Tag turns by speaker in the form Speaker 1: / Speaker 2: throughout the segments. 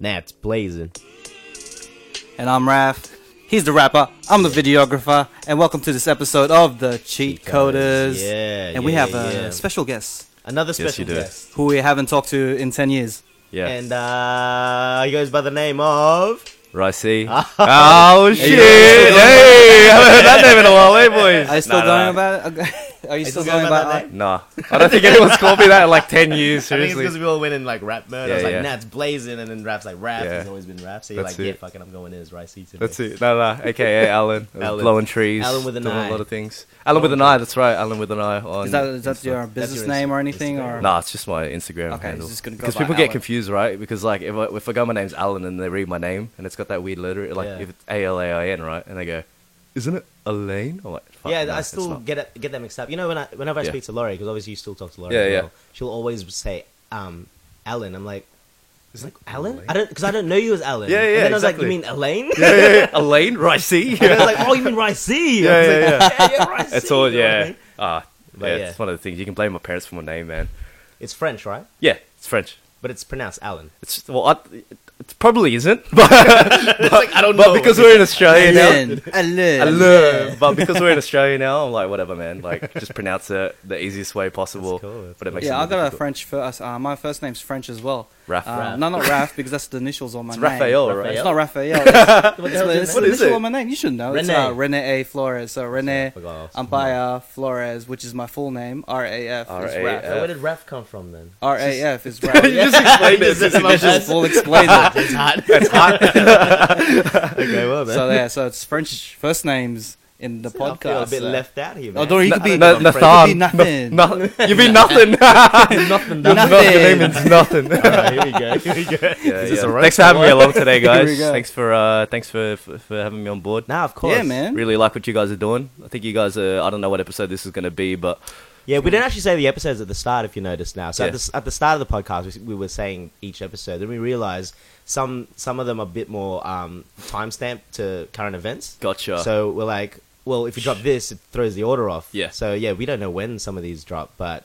Speaker 1: That's blazing.
Speaker 2: And I'm Raph. He's the rapper. I'm the videographer. And welcome to this episode of the Cheat Coders.
Speaker 1: Yeah.
Speaker 2: And we
Speaker 1: yeah,
Speaker 2: have a
Speaker 1: yeah.
Speaker 2: special guest
Speaker 1: another
Speaker 3: Yes,
Speaker 1: special
Speaker 3: you do.
Speaker 1: guest.
Speaker 2: who we haven't talked to in 10 years.
Speaker 3: Yeah.
Speaker 1: And uh, he goes by the name of.
Speaker 3: Ricey. oh shit! Hey, I haven't heard that name in a while, eh, boys?
Speaker 2: Are you still
Speaker 3: Nah,
Speaker 2: going
Speaker 3: nah.
Speaker 2: about uh, Are you still
Speaker 1: still going
Speaker 2: going
Speaker 1: about
Speaker 2: about
Speaker 1: that
Speaker 3: Nah, I don't think anyone's called me that in like ten years.
Speaker 1: I think it's
Speaker 3: Seriously.
Speaker 1: because we all went in like rap mode. I
Speaker 3: Yeah,
Speaker 1: was like,
Speaker 3: yeah.
Speaker 1: Nat's blazing, and then rap's like rap.
Speaker 3: Yeah.
Speaker 1: He's always been rap. So you're
Speaker 3: That's
Speaker 1: like, yeah,
Speaker 3: it.
Speaker 1: fucking, I'm going in as Ricey today.
Speaker 3: That's it. No, no. AKA Alan. I was
Speaker 1: Alan.
Speaker 3: Blowing trees.
Speaker 1: Alan with an
Speaker 3: doing
Speaker 1: eye.
Speaker 3: a lot of things. Alan with an eye. That's right. Alan with an eye. On
Speaker 2: Is that, is that your business
Speaker 1: your
Speaker 2: name or
Speaker 1: Instagram.
Speaker 2: anything? Or?
Speaker 3: Nah, it's just my Instagram
Speaker 2: Okay,
Speaker 3: handle.
Speaker 2: it's just gonna go
Speaker 3: because
Speaker 2: by
Speaker 3: people
Speaker 2: Alan.
Speaker 3: get confused, right? Because like if I, if I go my name's Alan and they read my name and it's got that weird letter, like
Speaker 1: Yeah.
Speaker 3: if it's A L A I N, right? And they go, "Isn't it Elaine?" I'm like, Fuck,
Speaker 1: yeah,
Speaker 3: no,
Speaker 1: I
Speaker 3: it's
Speaker 1: still
Speaker 3: not."
Speaker 1: get it, get that mixed up. You know, when I, whenever I
Speaker 3: Yeah.
Speaker 1: speak to Laurie, because obviously you still talk to Laurie.
Speaker 3: Yeah,
Speaker 1: as
Speaker 3: yeah.
Speaker 1: Well, she'll always say, um, Alan. I'm like, is like Alan? I don't because I don't know you as Alan.
Speaker 3: Yeah, yeah,
Speaker 1: And then I was
Speaker 3: exactly.
Speaker 1: like, you mean Elaine?
Speaker 3: Yeah, yeah, yeah. Elaine, right? See,
Speaker 1: And I was like, oh, you mean Ricey?
Speaker 3: Yeah,
Speaker 1: I was
Speaker 3: yeah,
Speaker 1: like,
Speaker 3: yeah.
Speaker 1: yeah, yeah, Ricey.
Speaker 3: It's all
Speaker 1: you know what I
Speaker 3: yeah.
Speaker 1: mean?
Speaker 3: Ah,
Speaker 1: But
Speaker 3: yeah,
Speaker 1: yeah.
Speaker 3: It's one of the things you can blame my parents for my name, man.
Speaker 1: It's French, right?
Speaker 3: Yeah, it's French.
Speaker 1: But it's pronounced Alan.
Speaker 3: It's well, I, it probably isn't, but,
Speaker 1: like, I don't
Speaker 3: but because we're in Australia now,
Speaker 2: Alan. Alan.
Speaker 3: I love. But because we're in Australia now, I'm like, whatever, man. Like, just pronounce it the easiest way possible.
Speaker 1: cool, that's
Speaker 3: But it makes it
Speaker 2: Yeah, I
Speaker 3: more
Speaker 2: got a
Speaker 3: difficult.
Speaker 2: French first. Uh, my first name's French as well.
Speaker 3: Raph.
Speaker 2: Uh,
Speaker 1: Raph.
Speaker 2: No, not Raph because that's the initials on my name.
Speaker 3: It's Raphael, right?
Speaker 2: It's not Raphael. It's,
Speaker 1: What the
Speaker 2: it's,
Speaker 1: hell
Speaker 2: it's
Speaker 1: is
Speaker 2: the
Speaker 1: it?
Speaker 3: What is
Speaker 2: initial
Speaker 3: it?
Speaker 2: on my name. You should know. It's
Speaker 1: Rene.
Speaker 2: uh, Rene A. Flores. So Rene
Speaker 1: forgot I was-
Speaker 2: Umpire Flores, which is my full name. R A F is Raph.
Speaker 3: RAF.
Speaker 1: So where did Raf come from then?
Speaker 2: R A F is Raph.
Speaker 3: you just explained
Speaker 1: Just
Speaker 3: it.
Speaker 1: as much as-
Speaker 2: We'll explain it.
Speaker 1: It's hot. okay, well then.
Speaker 2: So yeah, so it's French first names in the
Speaker 1: I feel
Speaker 2: podcast.
Speaker 1: a bit
Speaker 2: so-
Speaker 1: left out here, man.
Speaker 2: Oh, don't you
Speaker 3: No-
Speaker 2: could be
Speaker 3: no-
Speaker 2: you
Speaker 3: no-
Speaker 2: could be
Speaker 3: Nathan.
Speaker 2: nothing.
Speaker 3: No, you mean nothing.
Speaker 1: nothing.
Speaker 3: Your
Speaker 2: Nothing.
Speaker 3: name means nothing.
Speaker 1: All right, here we go. Here we go.
Speaker 3: Yeah,
Speaker 1: this
Speaker 3: yeah.
Speaker 1: a roast
Speaker 3: Thanks for having me
Speaker 1: or
Speaker 3: along today,
Speaker 2: we
Speaker 3: guys.
Speaker 2: go.
Speaker 3: Thanks for uh, thanks for, for for having me on board.
Speaker 1: Nah, of course.
Speaker 2: Yeah, man.
Speaker 3: Really like what you guys are doing. I think you guys are. I don't know what episode this is going to be, but
Speaker 1: Yeah, we didn't actually say the episodes at the start, if you notice now. So
Speaker 3: Yeah.
Speaker 1: at, the, s- at the start of the podcast, we, we were saying each episode. Then we realized some some of them are a bit more um, timestamped to current events.
Speaker 3: gotcha.
Speaker 1: So we're like, well, if you drop this, it throws the order off.
Speaker 3: Yeah.
Speaker 1: So yeah, we don't know when some of these drop, but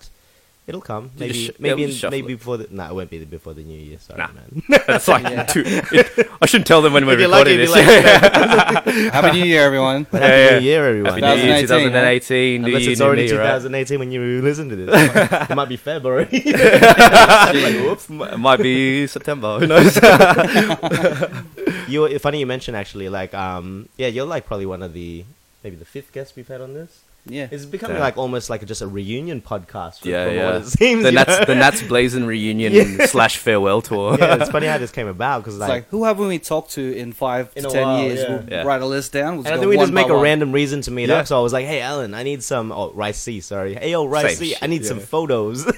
Speaker 1: it'll come.
Speaker 3: You
Speaker 1: Maybe
Speaker 3: just sh- yeah,
Speaker 1: maybe
Speaker 3: we'll just
Speaker 1: in,
Speaker 3: shuffle
Speaker 1: maybe
Speaker 3: it.
Speaker 1: before the no, it won't be before the new year. Sorry,
Speaker 3: Nah.
Speaker 1: man.
Speaker 3: That's like
Speaker 2: Yeah.
Speaker 3: two. It, I shouldn't tell them when we're
Speaker 1: you're lucky,
Speaker 3: recording this.
Speaker 1: it'd be like-
Speaker 2: Happy New Year, everyone.
Speaker 1: But
Speaker 3: Yeah,
Speaker 1: happy
Speaker 3: yeah.
Speaker 1: New Year, everyone.
Speaker 3: Happy New Year,
Speaker 2: 2018,
Speaker 3: 2018. New
Speaker 1: Unless
Speaker 3: year,
Speaker 1: it's
Speaker 3: new
Speaker 1: already
Speaker 3: me, right?
Speaker 1: 2018 when you listen to this, it might be February. Like, whoops.
Speaker 3: M- Might be September. Who knows?
Speaker 1: You were- funny you mentioned actually like um yeah you're like probably one of the maybe the fifth guest we've had on this.
Speaker 2: Yeah.
Speaker 1: It's becoming
Speaker 3: Yeah.
Speaker 1: like almost like just a reunion podcast. From,
Speaker 3: yeah,
Speaker 1: from
Speaker 3: yeah.
Speaker 1: What it seems.
Speaker 3: the
Speaker 1: you know?
Speaker 3: Nats, the Nats Blazing reunion slash farewell tour.
Speaker 1: yeah, it's funny how this came about because
Speaker 2: It's like, who haven't we talked to in five
Speaker 1: In
Speaker 2: to
Speaker 1: a
Speaker 2: ten
Speaker 1: while,
Speaker 2: years?
Speaker 1: yeah.
Speaker 2: We'll
Speaker 3: Yeah.
Speaker 2: write a list down. We'll
Speaker 1: And I
Speaker 2: go
Speaker 1: think we
Speaker 2: one
Speaker 1: just make
Speaker 2: by
Speaker 1: a
Speaker 2: one.
Speaker 1: random reason to meet
Speaker 3: Yeah.
Speaker 1: up. So I was like, "Hey, Alan, I need some oh Rice C, sorry. Hey, yo, Rice
Speaker 3: Same
Speaker 1: C, I
Speaker 3: shit,
Speaker 1: need some
Speaker 3: yeah.
Speaker 1: photos." so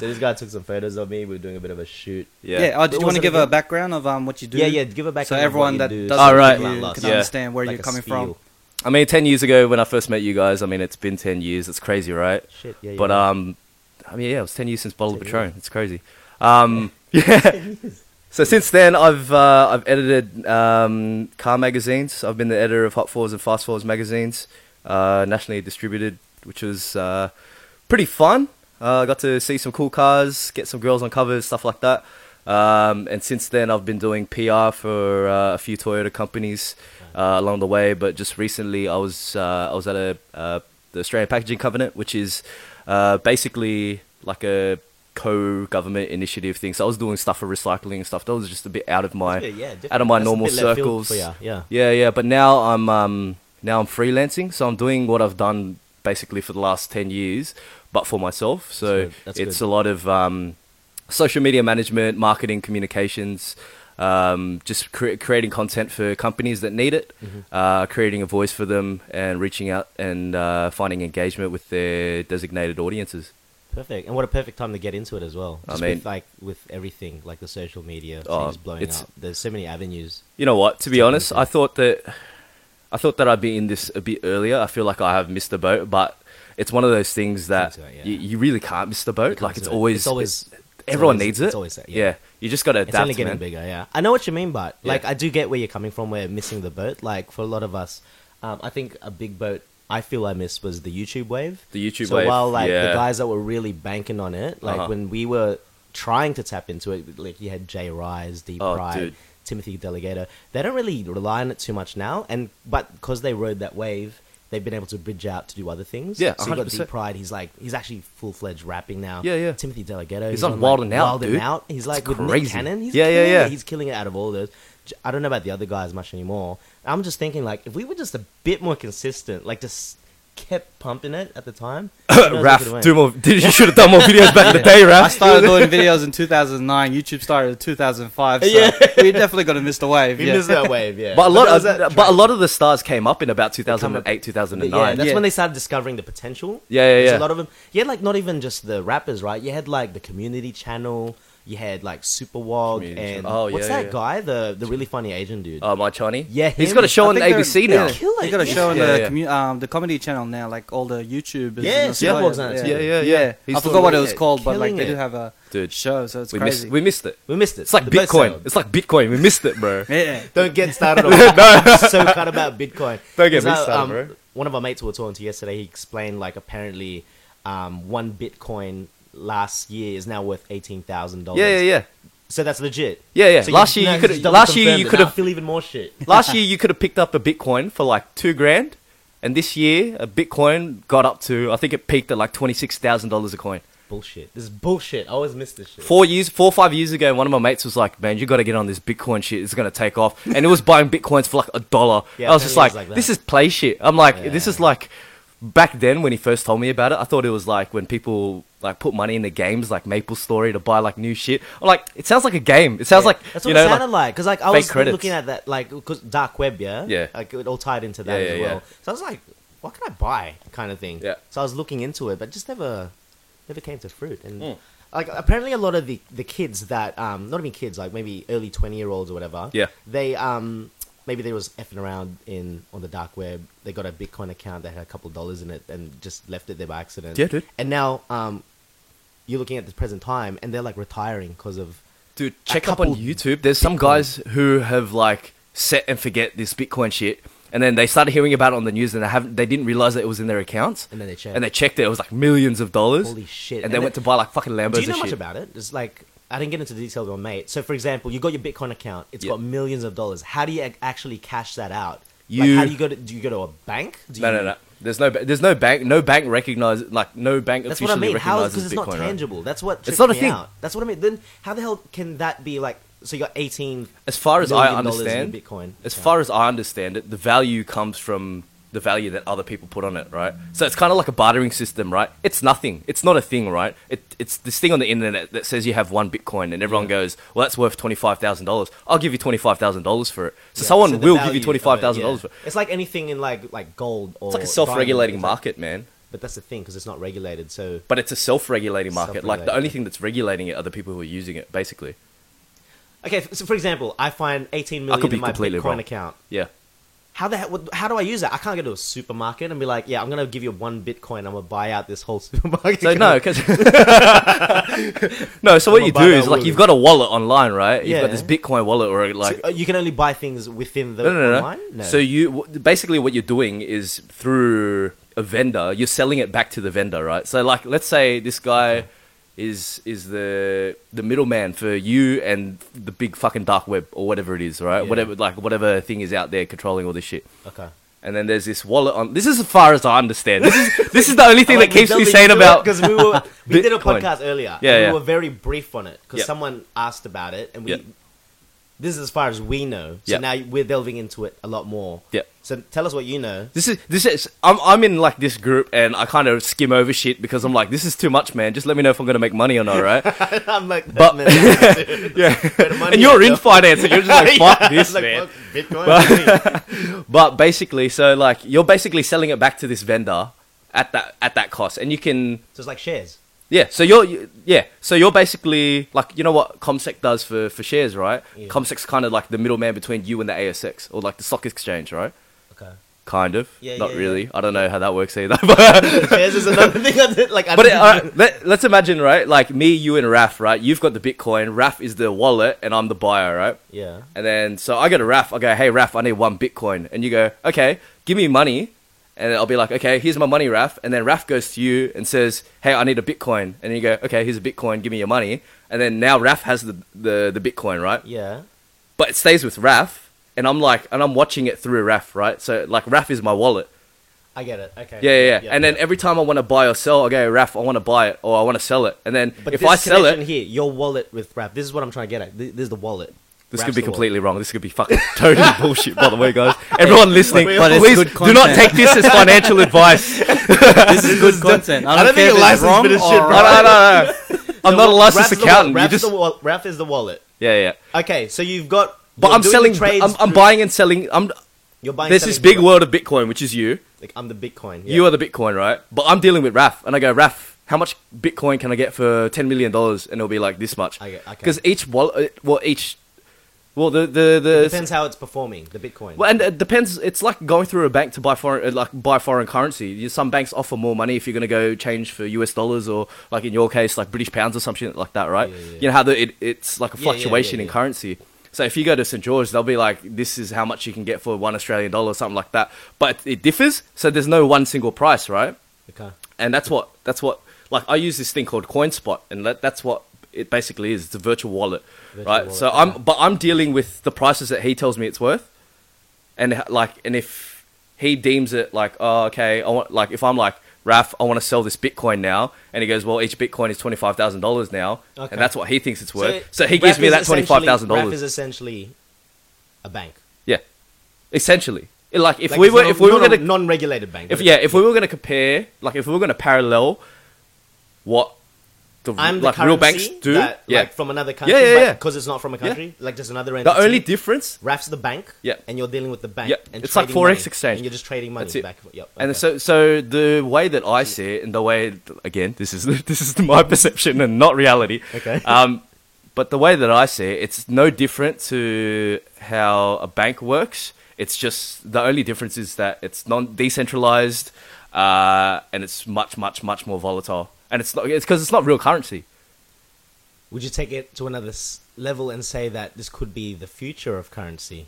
Speaker 1: this guy took some photos of me. We were doing a bit of a shoot.
Speaker 2: Yeah. oh,
Speaker 1: What
Speaker 2: did you want
Speaker 1: was
Speaker 2: to
Speaker 1: it
Speaker 2: give a
Speaker 1: again?
Speaker 2: background of um what you do?
Speaker 1: Yeah, yeah. Give it back.
Speaker 2: So
Speaker 1: to me what
Speaker 2: everyone
Speaker 1: you
Speaker 2: that
Speaker 1: do.
Speaker 2: doesn't
Speaker 3: All right.
Speaker 2: know you
Speaker 1: Like
Speaker 2: can
Speaker 1: a
Speaker 2: understand where you're coming from.
Speaker 1: spiel.
Speaker 3: I mean, ten years ago when I first met you guys, I mean, it's been ten years. It's crazy, right?
Speaker 1: Shit, yeah,
Speaker 3: But
Speaker 1: yeah.
Speaker 3: um, I mean, yeah, it was ten years since Bottle of
Speaker 1: 10
Speaker 3: Patron. It's crazy. Um, yeah. So since then, I've uh, I've edited um, car magazines. I've been the editor of Hot Fours and Fast Fours magazines, uh, nationally distributed, which was uh, pretty fun. Uh, I got to see some cool cars, get some girls on covers, stuff like that. Um, and since then, I've been doing PR for uh, a few Toyota companies uh, along the way. But just recently, I was uh, I was at a uh, the Australian Packaging Covenant, which is uh, basically like a co-government initiative thing. So I was doing stuff for recycling and stuff. That was just a bit out of my
Speaker 1: Yeah, yeah,
Speaker 3: out of
Speaker 1: definitely.
Speaker 3: my
Speaker 1: That's a
Speaker 3: normal
Speaker 1: bit left field
Speaker 3: circles.
Speaker 1: for ya, yeah.
Speaker 3: yeah, yeah. But now I'm um, now I'm freelancing, so I'm doing what I've done basically for the last ten years, but for myself. So
Speaker 1: That's good. That's
Speaker 3: it's
Speaker 1: good.
Speaker 3: a lot of um, social media management, marketing, communications. Um, just cre- creating content for companies that need it,
Speaker 1: Mm-hmm.
Speaker 3: uh, creating a voice for them, and reaching out and uh, finding engagement with their designated audiences.
Speaker 1: Perfect. And what a perfect time to get into it as well.
Speaker 3: I
Speaker 1: Just
Speaker 3: mean-
Speaker 1: with, like with everything, like the social media
Speaker 3: Oh,
Speaker 1: things blowing
Speaker 3: it's-
Speaker 1: up. There's so many avenues.
Speaker 3: You know what? To be
Speaker 1: Taking
Speaker 3: honest,
Speaker 1: it.
Speaker 3: I thought that I thought that I'd be in this a bit earlier. I feel like I have missed the boat, but it's one of those things that
Speaker 1: Things like, yeah.
Speaker 3: you, you really can't miss the boat.
Speaker 1: can't
Speaker 3: Like
Speaker 1: miss
Speaker 3: it's
Speaker 1: the boat.
Speaker 3: always,
Speaker 1: It's always-
Speaker 3: it-
Speaker 1: it's
Speaker 3: everyone
Speaker 1: always-
Speaker 3: needs
Speaker 1: it's
Speaker 3: it.
Speaker 1: always there, yeah.
Speaker 3: yeah. you just got to
Speaker 1: It's
Speaker 3: adapt,
Speaker 1: only getting
Speaker 3: man.
Speaker 1: bigger, yeah. I know what you mean, but like
Speaker 3: Yeah.
Speaker 1: I do get where you're coming from. Where missing the boat, like for a lot of us, um, I think a big boat I feel I missed was the YouTube wave.
Speaker 3: The YouTube
Speaker 1: so
Speaker 3: wave,
Speaker 1: while like
Speaker 3: yeah.
Speaker 1: the guys that were really banking on it, like
Speaker 3: Uh-huh.
Speaker 1: when we were trying to tap into it. Like you had Jay Rise, Deep
Speaker 3: Oh,
Speaker 1: Pride,
Speaker 3: dude.
Speaker 1: Timothy Delegato. They don't really rely on it too much now, and but because they rode that wave, they've been able to bridge out to do other things.
Speaker 3: Yeah,
Speaker 1: so you got
Speaker 3: 100%.
Speaker 1: Deep Pride. He's like he's actually full fledged rapping now.
Speaker 3: Yeah, yeah.
Speaker 1: Timothy Delegato.
Speaker 3: He's on Wild 'N Out,
Speaker 1: Wild 'N
Speaker 3: dude.
Speaker 1: Out. He's like with Nick
Speaker 3: crazy.
Speaker 1: Cannon. He's
Speaker 3: Yeah, yeah,
Speaker 1: killing it.
Speaker 3: yeah.
Speaker 1: He's killing it out of all those. J- I don't know about the other guys much anymore. I'm just thinking like if we were just a bit more consistent, like just kept pumping it at the time. who knows what could've
Speaker 3: Raph,
Speaker 1: went.
Speaker 3: do more. Did, you should have done more videos back in the day, Raph.
Speaker 2: I started doing videos in 2009. YouTube started in 2005. So
Speaker 1: Yeah.
Speaker 2: we definitely got to miss the wave.
Speaker 1: We
Speaker 2: yeah.
Speaker 1: missed that wave, yeah.
Speaker 3: But a lot,
Speaker 1: that was
Speaker 3: of,
Speaker 1: that
Speaker 3: but
Speaker 1: track.
Speaker 3: a lot of the stars came up in about
Speaker 1: Come
Speaker 3: 2008,
Speaker 1: yeah,
Speaker 3: 2009.
Speaker 1: that's
Speaker 2: Yeah.
Speaker 1: when they started discovering the potential.
Speaker 3: Yeah, yeah,
Speaker 1: There's
Speaker 3: yeah.
Speaker 1: A lot of them. You had like not even just the rappers, right? You had like the community channel. You had like Superwog
Speaker 3: Community
Speaker 1: and
Speaker 3: channel. Oh,
Speaker 1: what's
Speaker 3: yeah,
Speaker 1: that
Speaker 3: yeah.
Speaker 1: guy? The the really funny Asian dude.
Speaker 3: Oh, my Johnny.
Speaker 1: Yeah,
Speaker 3: he's
Speaker 1: him.
Speaker 3: got a show
Speaker 1: I
Speaker 3: on
Speaker 1: think they're-
Speaker 3: ABC now.
Speaker 1: yeah. Kill
Speaker 2: They
Speaker 1: it,
Speaker 2: got a
Speaker 1: yeah.
Speaker 2: show on
Speaker 3: Yeah,
Speaker 2: the
Speaker 3: yeah.
Speaker 2: commu- um, the comedy channel now, like all the YouTubers.
Speaker 1: Yeah,
Speaker 2: in
Speaker 1: Superblog's
Speaker 2: Australia.
Speaker 1: on it too.
Speaker 3: Yeah, yeah, yeah. He's
Speaker 2: I
Speaker 3: still
Speaker 2: forgot what it
Speaker 3: doing
Speaker 2: was
Speaker 3: it.
Speaker 2: called, but like
Speaker 1: Killing
Speaker 2: they
Speaker 1: it.
Speaker 2: do have a
Speaker 3: Dude.
Speaker 2: show, so it's
Speaker 3: We missed,
Speaker 2: crazy.
Speaker 3: we missed it.
Speaker 1: We missed it.
Speaker 3: It's like
Speaker 1: The best
Speaker 3: Bitcoin.
Speaker 1: seller.
Speaker 3: It's like Bitcoin. We missed it, bro.
Speaker 2: yeah,
Speaker 1: Don't get started on it. I'm so cut about Bitcoin.
Speaker 3: Don't get me
Speaker 1: 'Cause I-
Speaker 3: started,
Speaker 1: um,
Speaker 3: bro.
Speaker 1: One of our mates we were talking to yesterday, he explained like apparently um, one Bitcoin last year is now worth eighteen thousand dollars.
Speaker 3: Yeah, yeah, yeah.
Speaker 1: So that's legit.
Speaker 3: Yeah, yeah.
Speaker 1: So
Speaker 3: Last year you could've-
Speaker 1: double
Speaker 3: last year
Speaker 1: confirmed
Speaker 3: you
Speaker 1: it.
Speaker 3: could've-
Speaker 1: Now I feel even more shit.
Speaker 3: Last year you could have picked up a Bitcoin for like two grand, and this year a Bitcoin got up to I think it peaked at like twenty six thousand dollars a coin.
Speaker 1: Bullshit. This is bullshit. I always miss this shit.
Speaker 3: Four years, four or five years ago, one of my mates was like, "Man, you got to get on this Bitcoin shit. It's gonna take off." And it was buying bitcoins for like a dollar.
Speaker 1: Yeah,
Speaker 3: I was just
Speaker 1: apparently it was like
Speaker 3: like,
Speaker 1: that.
Speaker 3: "This is play shit." I'm like, "This
Speaker 1: Yeah.
Speaker 3: is like." Back then, when he first told me about it, I thought it was like when people like put money in the games, like Maple Story, to buy like new shit. I'm like, it sounds like a game. It sounds
Speaker 1: Yeah.
Speaker 3: like
Speaker 1: that's what
Speaker 3: you
Speaker 1: it
Speaker 3: know,
Speaker 1: sounded
Speaker 3: like,
Speaker 1: like because like, I
Speaker 3: fake
Speaker 1: was
Speaker 3: credits.
Speaker 1: looking at that like because dark web, yeah,
Speaker 3: Yeah.
Speaker 1: like it all tied into that
Speaker 3: Yeah,
Speaker 1: as
Speaker 3: yeah,
Speaker 1: well.
Speaker 3: yeah.
Speaker 1: So I was like, what can I buy, kind of thing.
Speaker 3: Yeah.
Speaker 1: So I was looking into it, but just never, never came to fruit. And
Speaker 3: Hmm.
Speaker 1: like apparently a lot of the the kids that um not even kids like maybe early twenty year olds or whatever,
Speaker 3: Yeah.
Speaker 1: they um. Maybe they was effing around in on the dark web. They got a Bitcoin account that had a couple dollars in it and just left it there by accident.
Speaker 3: Yeah, dude.
Speaker 1: And now um, you're looking at the present time, and they're like retiring because of
Speaker 3: Dude,
Speaker 1: A
Speaker 3: check up on
Speaker 1: couple
Speaker 3: YouTube. There's some guys who have like set and forget this Bitcoin shit, and then they started hearing about it on the news, and they haven't. They didn't realize that it was in their accounts,
Speaker 1: And then they checked.
Speaker 3: and they checked it. It was like millions of dollars.
Speaker 1: Holy shit.
Speaker 3: And,
Speaker 1: And
Speaker 3: they
Speaker 1: then-
Speaker 3: went to buy like fucking Lambos.
Speaker 1: Do you know
Speaker 3: and
Speaker 1: much
Speaker 3: shit.
Speaker 1: about it? It's like I didn't get into the details with my mate. So, for example, you got your Bitcoin account. It's
Speaker 3: Yeah.
Speaker 1: got millions of dollars. How do you ac- actually cash that out? like,
Speaker 3: You-
Speaker 1: how do you go to? Do you go to a bank? Do
Speaker 3: No,
Speaker 1: you,
Speaker 3: no, no. There's no, ba- there's no bank, no bank recognize like no bank
Speaker 1: That's what I
Speaker 3: officially
Speaker 1: mean. How?
Speaker 3: recognizes
Speaker 1: Because it's
Speaker 3: Bitcoin.
Speaker 1: not
Speaker 3: right?
Speaker 1: tangible. That's what. tripped
Speaker 3: not a
Speaker 1: me
Speaker 3: thing.
Speaker 1: Out. That's what I mean. Then how the hell can that be like? So you got eighteen.
Speaker 3: As far as I
Speaker 1: million dollars in
Speaker 3: understand,
Speaker 1: Bitcoin.
Speaker 3: As
Speaker 1: account.
Speaker 3: far as I understand it, the value comes from the value that other people put on it, right? So it's kind of like a bartering system, right? It's nothing. It's not a thing, right? It, it's this thing on the internet that says you have one Bitcoin, and everyone goes, "Well, that's worth twenty five thousand dollars. I'll give you twenty five thousand dollars for it." So
Speaker 1: Yeah.
Speaker 3: someone
Speaker 1: So the
Speaker 3: will
Speaker 1: value
Speaker 3: give you
Speaker 1: of
Speaker 3: twenty five thousand
Speaker 1: it, yeah.
Speaker 3: dollars for it.
Speaker 1: It's like anything in like like gold or
Speaker 3: It's like a self regulating
Speaker 1: diamond.
Speaker 3: market, man.
Speaker 1: But that's the thing because it's not regulated. So
Speaker 3: But it's a self regulating market. Like the
Speaker 1: Self-regulating.
Speaker 3: only thing that's regulating it are the people who are using it, basically.
Speaker 1: okay, f- so for example, I find eighteen
Speaker 3: I could
Speaker 1: million
Speaker 3: be
Speaker 1: in my
Speaker 3: completely
Speaker 1: Bitcoin
Speaker 3: wrong.
Speaker 1: account.
Speaker 3: Yeah.
Speaker 1: how the hell, how do I use that? I can't go to a supermarket and be like, yeah, I'm gonna give you one Bitcoin. I'm gonna buy out this whole supermarket.
Speaker 3: So no, because no. So what
Speaker 1: I'ma
Speaker 3: you
Speaker 1: buy
Speaker 3: do
Speaker 1: that
Speaker 3: is like you've
Speaker 1: wallet.
Speaker 3: got a wallet online, right? You've got this
Speaker 1: Yeah.
Speaker 3: Bitcoin wallet, or like
Speaker 1: So, uh, you can only buy things within the
Speaker 3: no, no, no,
Speaker 1: online.
Speaker 3: no. So you w- basically what you're doing is through a vendor, you're selling it back to the vendor, right? So like, let's say this guy is is the the middleman for you and the big fucking dark web or whatever it is, right?
Speaker 1: Yeah.
Speaker 3: Whatever like whatever thing is out there controlling all this shit.
Speaker 1: okay.
Speaker 3: And then there's this wallet on. This is as far as I understand. This is this is the only thing that keeps me sane about
Speaker 1: because we were we did a
Speaker 3: Bitcoin.
Speaker 1: podcast earlier.
Speaker 3: Yeah,
Speaker 1: and
Speaker 3: yeah.
Speaker 1: we were very brief on it because
Speaker 3: Yep.
Speaker 1: someone asked about it, and we.
Speaker 3: Yep.
Speaker 1: This is as far as we know. So
Speaker 3: Yep.
Speaker 1: now we're delving into it a lot more.
Speaker 3: Yep.
Speaker 1: So tell us what you know.
Speaker 3: This is this is I'm I'm in like this group and I kind of skim over shit because I'm like this is too much, man. Just let me know if I'm gonna make money or not, right?
Speaker 1: I'm like,
Speaker 3: But-
Speaker 1: man, that's-
Speaker 3: yeah.
Speaker 1: money
Speaker 3: and you're
Speaker 1: is
Speaker 3: in
Speaker 1: up.
Speaker 3: finance and you're just like fuck
Speaker 1: Yeah,
Speaker 3: this,
Speaker 1: like,
Speaker 3: man.
Speaker 1: fuck Bitcoin.
Speaker 3: But basically, so like you're basically selling it back to this vendor at that at that cost, and you can
Speaker 1: so it's like shares.
Speaker 3: yeah. So you're you- yeah. So you're basically like you know what Comsec does for for shares, right?
Speaker 1: Yeah.
Speaker 3: Comsec's kind of like the middleman between you and the ASX or like the stock exchange, right?
Speaker 1: Okay.
Speaker 3: Kind of.
Speaker 1: Yeah,
Speaker 3: Not
Speaker 1: yeah,
Speaker 3: really. I don't know how that works either. But
Speaker 1: shares is another thing. I did, like, I
Speaker 3: But it, uh,
Speaker 1: didn't
Speaker 3: all right, let, let's imagine, right? Like me, you, and Raf, right? You've got the Bitcoin. Raf is the wallet, and I'm the buyer, right?
Speaker 1: Yeah.
Speaker 3: And then so I go to Raf. I go, hey, Raf, I need one Bitcoin, and you go, okay, give me money, and I'll be like, okay, here's my money, Raf. And then Raf goes to you and says, hey, I need a Bitcoin. And you go, okay, here's a Bitcoin, give me your money. And then now Raf has the, the, the Bitcoin, right?
Speaker 1: Yeah.
Speaker 3: But it stays with Raf. And I'm like, and I'm watching it through Raf, right? So like Raf is my wallet.
Speaker 1: I get it. Okay.
Speaker 3: Yeah, yeah, yeah. and then every time I want to buy or sell, I go, Raf, I want to buy it or I want to sell it. And then
Speaker 1: But
Speaker 3: if
Speaker 1: this
Speaker 3: I sell it,
Speaker 1: connection here, your wallet with rap. This is what I'm trying to get at. This, this is the wallet.
Speaker 3: This
Speaker 1: Rap's
Speaker 3: could be
Speaker 1: the wallet.
Speaker 3: completely wrong. This could be fucking totally bullshit, by the way, guys. Everyone listening,
Speaker 2: but it's
Speaker 3: please
Speaker 2: good
Speaker 3: do not
Speaker 2: content.
Speaker 3: take this as financial advice. no,
Speaker 2: This is good content. I
Speaker 1: I
Speaker 2: don't,
Speaker 1: don't
Speaker 2: care
Speaker 1: think a
Speaker 2: if it's
Speaker 1: license
Speaker 2: wrong
Speaker 1: bit of
Speaker 2: or
Speaker 1: shit, bro.
Speaker 2: right.
Speaker 3: no, no, no. I'm not a
Speaker 1: Rap's
Speaker 3: licensed
Speaker 1: the
Speaker 3: accountant.
Speaker 1: wallet. Rap's
Speaker 3: You just,
Speaker 1: the wall- Raf is the wallet.
Speaker 3: yeah, yeah.
Speaker 1: Okay, so you've got.
Speaker 3: But
Speaker 1: you're
Speaker 3: I'm
Speaker 1: doing
Speaker 3: selling.
Speaker 1: the trades
Speaker 3: I'm, I'm
Speaker 1: through-
Speaker 3: buying and selling. I'm.
Speaker 1: You're buying.
Speaker 3: There's
Speaker 1: selling
Speaker 3: this big
Speaker 1: through-
Speaker 3: world of Bitcoin, which is you.
Speaker 1: Like I'm the Bitcoin.
Speaker 3: You are the Bitcoin, right? But I'm dealing with Raf, and I go, Raf, how much Bitcoin can I get for ten million dollars? And it'll be like this much.
Speaker 1: I get- okay.
Speaker 3: Because each wallet, uh, well, each, well, the the the
Speaker 1: Depends how it's performing. The Bitcoin.
Speaker 3: Well, and it depends. It's like going through a bank to buy foreign, uh, like buy foreign currency. You- Some banks offer more money if you're going to go change for US dollars or, like in your case, like British pounds or some shit like that, right?
Speaker 1: Yeah, yeah, yeah.
Speaker 3: You know how the, it, it's like a
Speaker 1: Yeah, yeah, yeah,
Speaker 3: fluctuation in
Speaker 1: yeah.
Speaker 3: currency. So if you go to St George, they'll be like, "This is how much you can get for one Australian dollar," or something like that. But it differs, so there's no one single price, right?
Speaker 1: Okay.
Speaker 3: and that's what that's what like I use this thing called CoinSpot, and that, that's what it basically is. It's a virtual wallet,
Speaker 1: Virtual
Speaker 3: right?
Speaker 1: wallet,
Speaker 3: so
Speaker 1: okay.
Speaker 3: I'm but I'm dealing with the prices that he tells me it's worth, and h- like and if he deems it like oh okay I want like if I'm like Raf I want to sell this Bitcoin now, and he goes well each Bitcoin is twenty five thousand dollars now,
Speaker 1: Okay.
Speaker 3: and that's what he thinks it's worth. So, he
Speaker 1: Raf
Speaker 3: gives me
Speaker 1: is
Speaker 3: that
Speaker 1: essentially-
Speaker 3: twenty five thousand
Speaker 1: Raf is
Speaker 3: dollars.
Speaker 1: essentially a bank.
Speaker 3: Yeah, essentially. Like if
Speaker 1: Like,
Speaker 3: we
Speaker 1: it's
Speaker 3: were
Speaker 1: not-
Speaker 3: if we were
Speaker 1: not a
Speaker 3: gonna
Speaker 1: non-regulated bank.
Speaker 3: if yeah, if we were going to compare, like if we were going to parallel what the,
Speaker 1: I'm the
Speaker 3: like
Speaker 1: currency
Speaker 3: real banks do,
Speaker 1: that,
Speaker 3: yeah.
Speaker 1: like from another country,
Speaker 3: yeah, yeah.
Speaker 1: because it's not from a
Speaker 3: Yeah.
Speaker 1: country, like just another entity.
Speaker 3: the only difference,
Speaker 1: Raf's the bank,
Speaker 3: Yeah.
Speaker 1: and you're dealing with the bank.
Speaker 3: Yeah.
Speaker 1: and
Speaker 3: It's like
Speaker 1: trading
Speaker 3: forex
Speaker 1: money,
Speaker 3: exchange.
Speaker 1: and you're just trading money
Speaker 3: That's it.
Speaker 1: back. Yep,
Speaker 3: and
Speaker 1: okay.
Speaker 3: so so the way that I see it, and the way again, this is this is my perception and not reality.
Speaker 1: Okay.
Speaker 3: Um, but the way that I see it, it's no different to how a bank works. It's just the only difference is that it's non decentralized, uh, and it's much much much more volatile. And it's not it's because it's not real currency.
Speaker 1: would you take it to another s- level and say that this could be the future of currency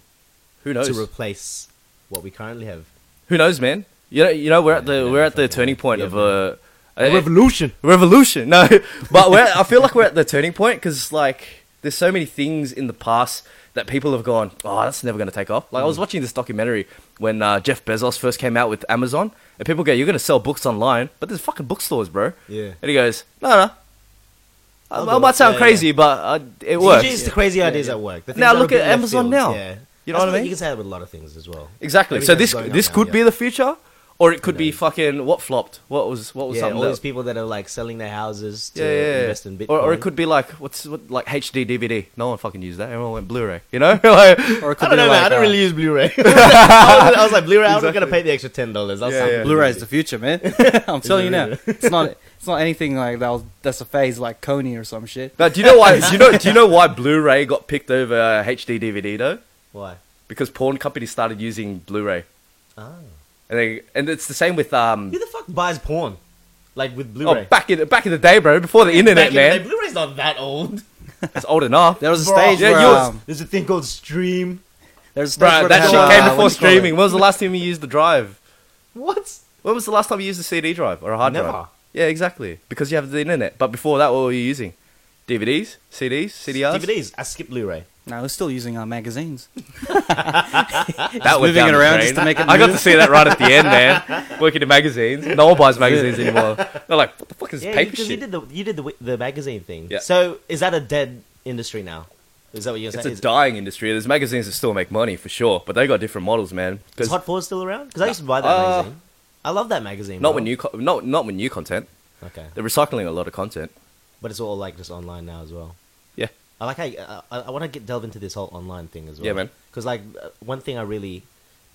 Speaker 3: Who knows?
Speaker 1: to replace what we currently have?
Speaker 3: Who knows, man? You know, you know, we're at
Speaker 1: Yeah,
Speaker 3: the
Speaker 1: yeah,
Speaker 3: we're at the
Speaker 1: fucking
Speaker 3: turning point
Speaker 1: yeah,
Speaker 3: of
Speaker 1: man.
Speaker 3: a, a-
Speaker 1: revolution.
Speaker 3: revolution. No, but we're, I feel like we're at the turning point because like there's so many things in the past that people have gone, oh, that's never going to take off. Like I
Speaker 1: Mm.
Speaker 3: was watching this documentary when uh, Jeff Bezos first came out with Amazon, and people go, you're going to sell books online, but there's fucking bookstores, bro.
Speaker 1: Yeah.
Speaker 3: And he goes, no, no. I,
Speaker 1: I'll
Speaker 3: I
Speaker 1: do
Speaker 3: might
Speaker 1: it."
Speaker 3: sound
Speaker 1: Yeah,
Speaker 3: crazy, but uh, it
Speaker 1: It's
Speaker 3: works.
Speaker 1: just the crazy ideas at work. the things
Speaker 3: Now
Speaker 1: that
Speaker 3: look
Speaker 1: are a
Speaker 3: at
Speaker 1: bit left
Speaker 3: Amazon
Speaker 1: field,
Speaker 3: now.
Speaker 1: Yeah.
Speaker 3: You know
Speaker 1: That's
Speaker 3: what I mean?
Speaker 1: You can say that with a lot of things as well.
Speaker 3: Exactly.
Speaker 1: Everything that's
Speaker 3: So this
Speaker 1: going on
Speaker 3: this
Speaker 1: now,
Speaker 3: could
Speaker 1: yeah.
Speaker 3: be the future, or it could be fucking what flopped. What was what was
Speaker 1: Yeah,
Speaker 3: something
Speaker 1: all
Speaker 3: that-
Speaker 1: these people that are like selling their houses to
Speaker 3: yeah, yeah, yeah.
Speaker 1: invest in Bitcoin.
Speaker 3: Or, or it could be like what's what, like HD DVD. No one fucking used that. Everyone went Blu-ray. You know, like,
Speaker 2: Or it could
Speaker 1: I don't
Speaker 2: be
Speaker 1: know,
Speaker 2: like,
Speaker 1: man. I don't
Speaker 2: uh,
Speaker 1: really use Blu-ray. I, was, I was like, Blu-ray. I'm not gonna pay the extra ten dollars.
Speaker 3: Yeah, yeah.
Speaker 2: Blu-ray's the future, man. I'm telling you now. It's not. It's not anything like that. Was, that's a phase like Coney or some shit.
Speaker 3: but do you know why? do you know? Do you know why Blu-ray got picked over uh, HD DVD though?
Speaker 1: Why?
Speaker 3: Because porn companies started using Blu-ray,
Speaker 1: Oh.
Speaker 3: and they, and it's the same with um.
Speaker 1: Who the fuck buys porn? Like with Blu-ray.
Speaker 3: Oh, back in back in the day, bro, before the internet,
Speaker 1: Back in the day,
Speaker 3: man,
Speaker 1: Blu-ray's not that old.
Speaker 3: it's old enough.
Speaker 2: There was a
Speaker 1: Bro.
Speaker 2: stage
Speaker 3: Yeah,
Speaker 2: where
Speaker 3: yours-
Speaker 2: um,
Speaker 1: There's a thing called Stream.
Speaker 2: there was a stage
Speaker 3: Bro,
Speaker 2: where they
Speaker 3: that
Speaker 2: had,
Speaker 3: shit
Speaker 2: uh, what
Speaker 3: came
Speaker 2: do you
Speaker 3: before
Speaker 2: call it?
Speaker 3: streaming. When was the last time you used the drive?
Speaker 1: What?
Speaker 3: When was the last time you used a CD drive or a hard drive?
Speaker 1: Never.
Speaker 3: Yeah, exactly. Because you have the internet. But before that, what were you using? DVDs, CDs, CDRs.
Speaker 1: DVDs. I skip Blu-ray.
Speaker 2: No, we're still using our magazines.
Speaker 3: That went
Speaker 2: moving
Speaker 3: down
Speaker 2: it
Speaker 3: the
Speaker 2: around
Speaker 3: drain.
Speaker 2: just to make it
Speaker 3: I got
Speaker 2: move.
Speaker 3: to see that right at the end, man. Working in magazines. No one buys magazines anymore. They're like, what the fuck is
Speaker 1: Yeah,
Speaker 3: paper
Speaker 1: because you,
Speaker 3: shit?
Speaker 1: did the you did the the magazine thing.
Speaker 3: Yeah.
Speaker 1: So is that a dead industry now? Is that what you're
Speaker 3: It's
Speaker 1: saying?
Speaker 3: a
Speaker 1: Is,
Speaker 3: dying industry. There's magazines that still make money for sure, but they got different models, man.
Speaker 1: is
Speaker 3: 'Cause
Speaker 1: Hot Four still around? Because I used to buy that
Speaker 3: Uh,
Speaker 1: magazine. I love that magazine.
Speaker 3: not
Speaker 1: bro.
Speaker 3: with new, co- not not with new content.
Speaker 1: Okay.
Speaker 3: They're recycling a lot of content.
Speaker 1: But it's all like just online now as well.
Speaker 3: Yeah,
Speaker 1: I like how uh, I, I want to get delve into this whole online thing as well.
Speaker 3: Yeah, man.
Speaker 1: Because like uh, one thing I really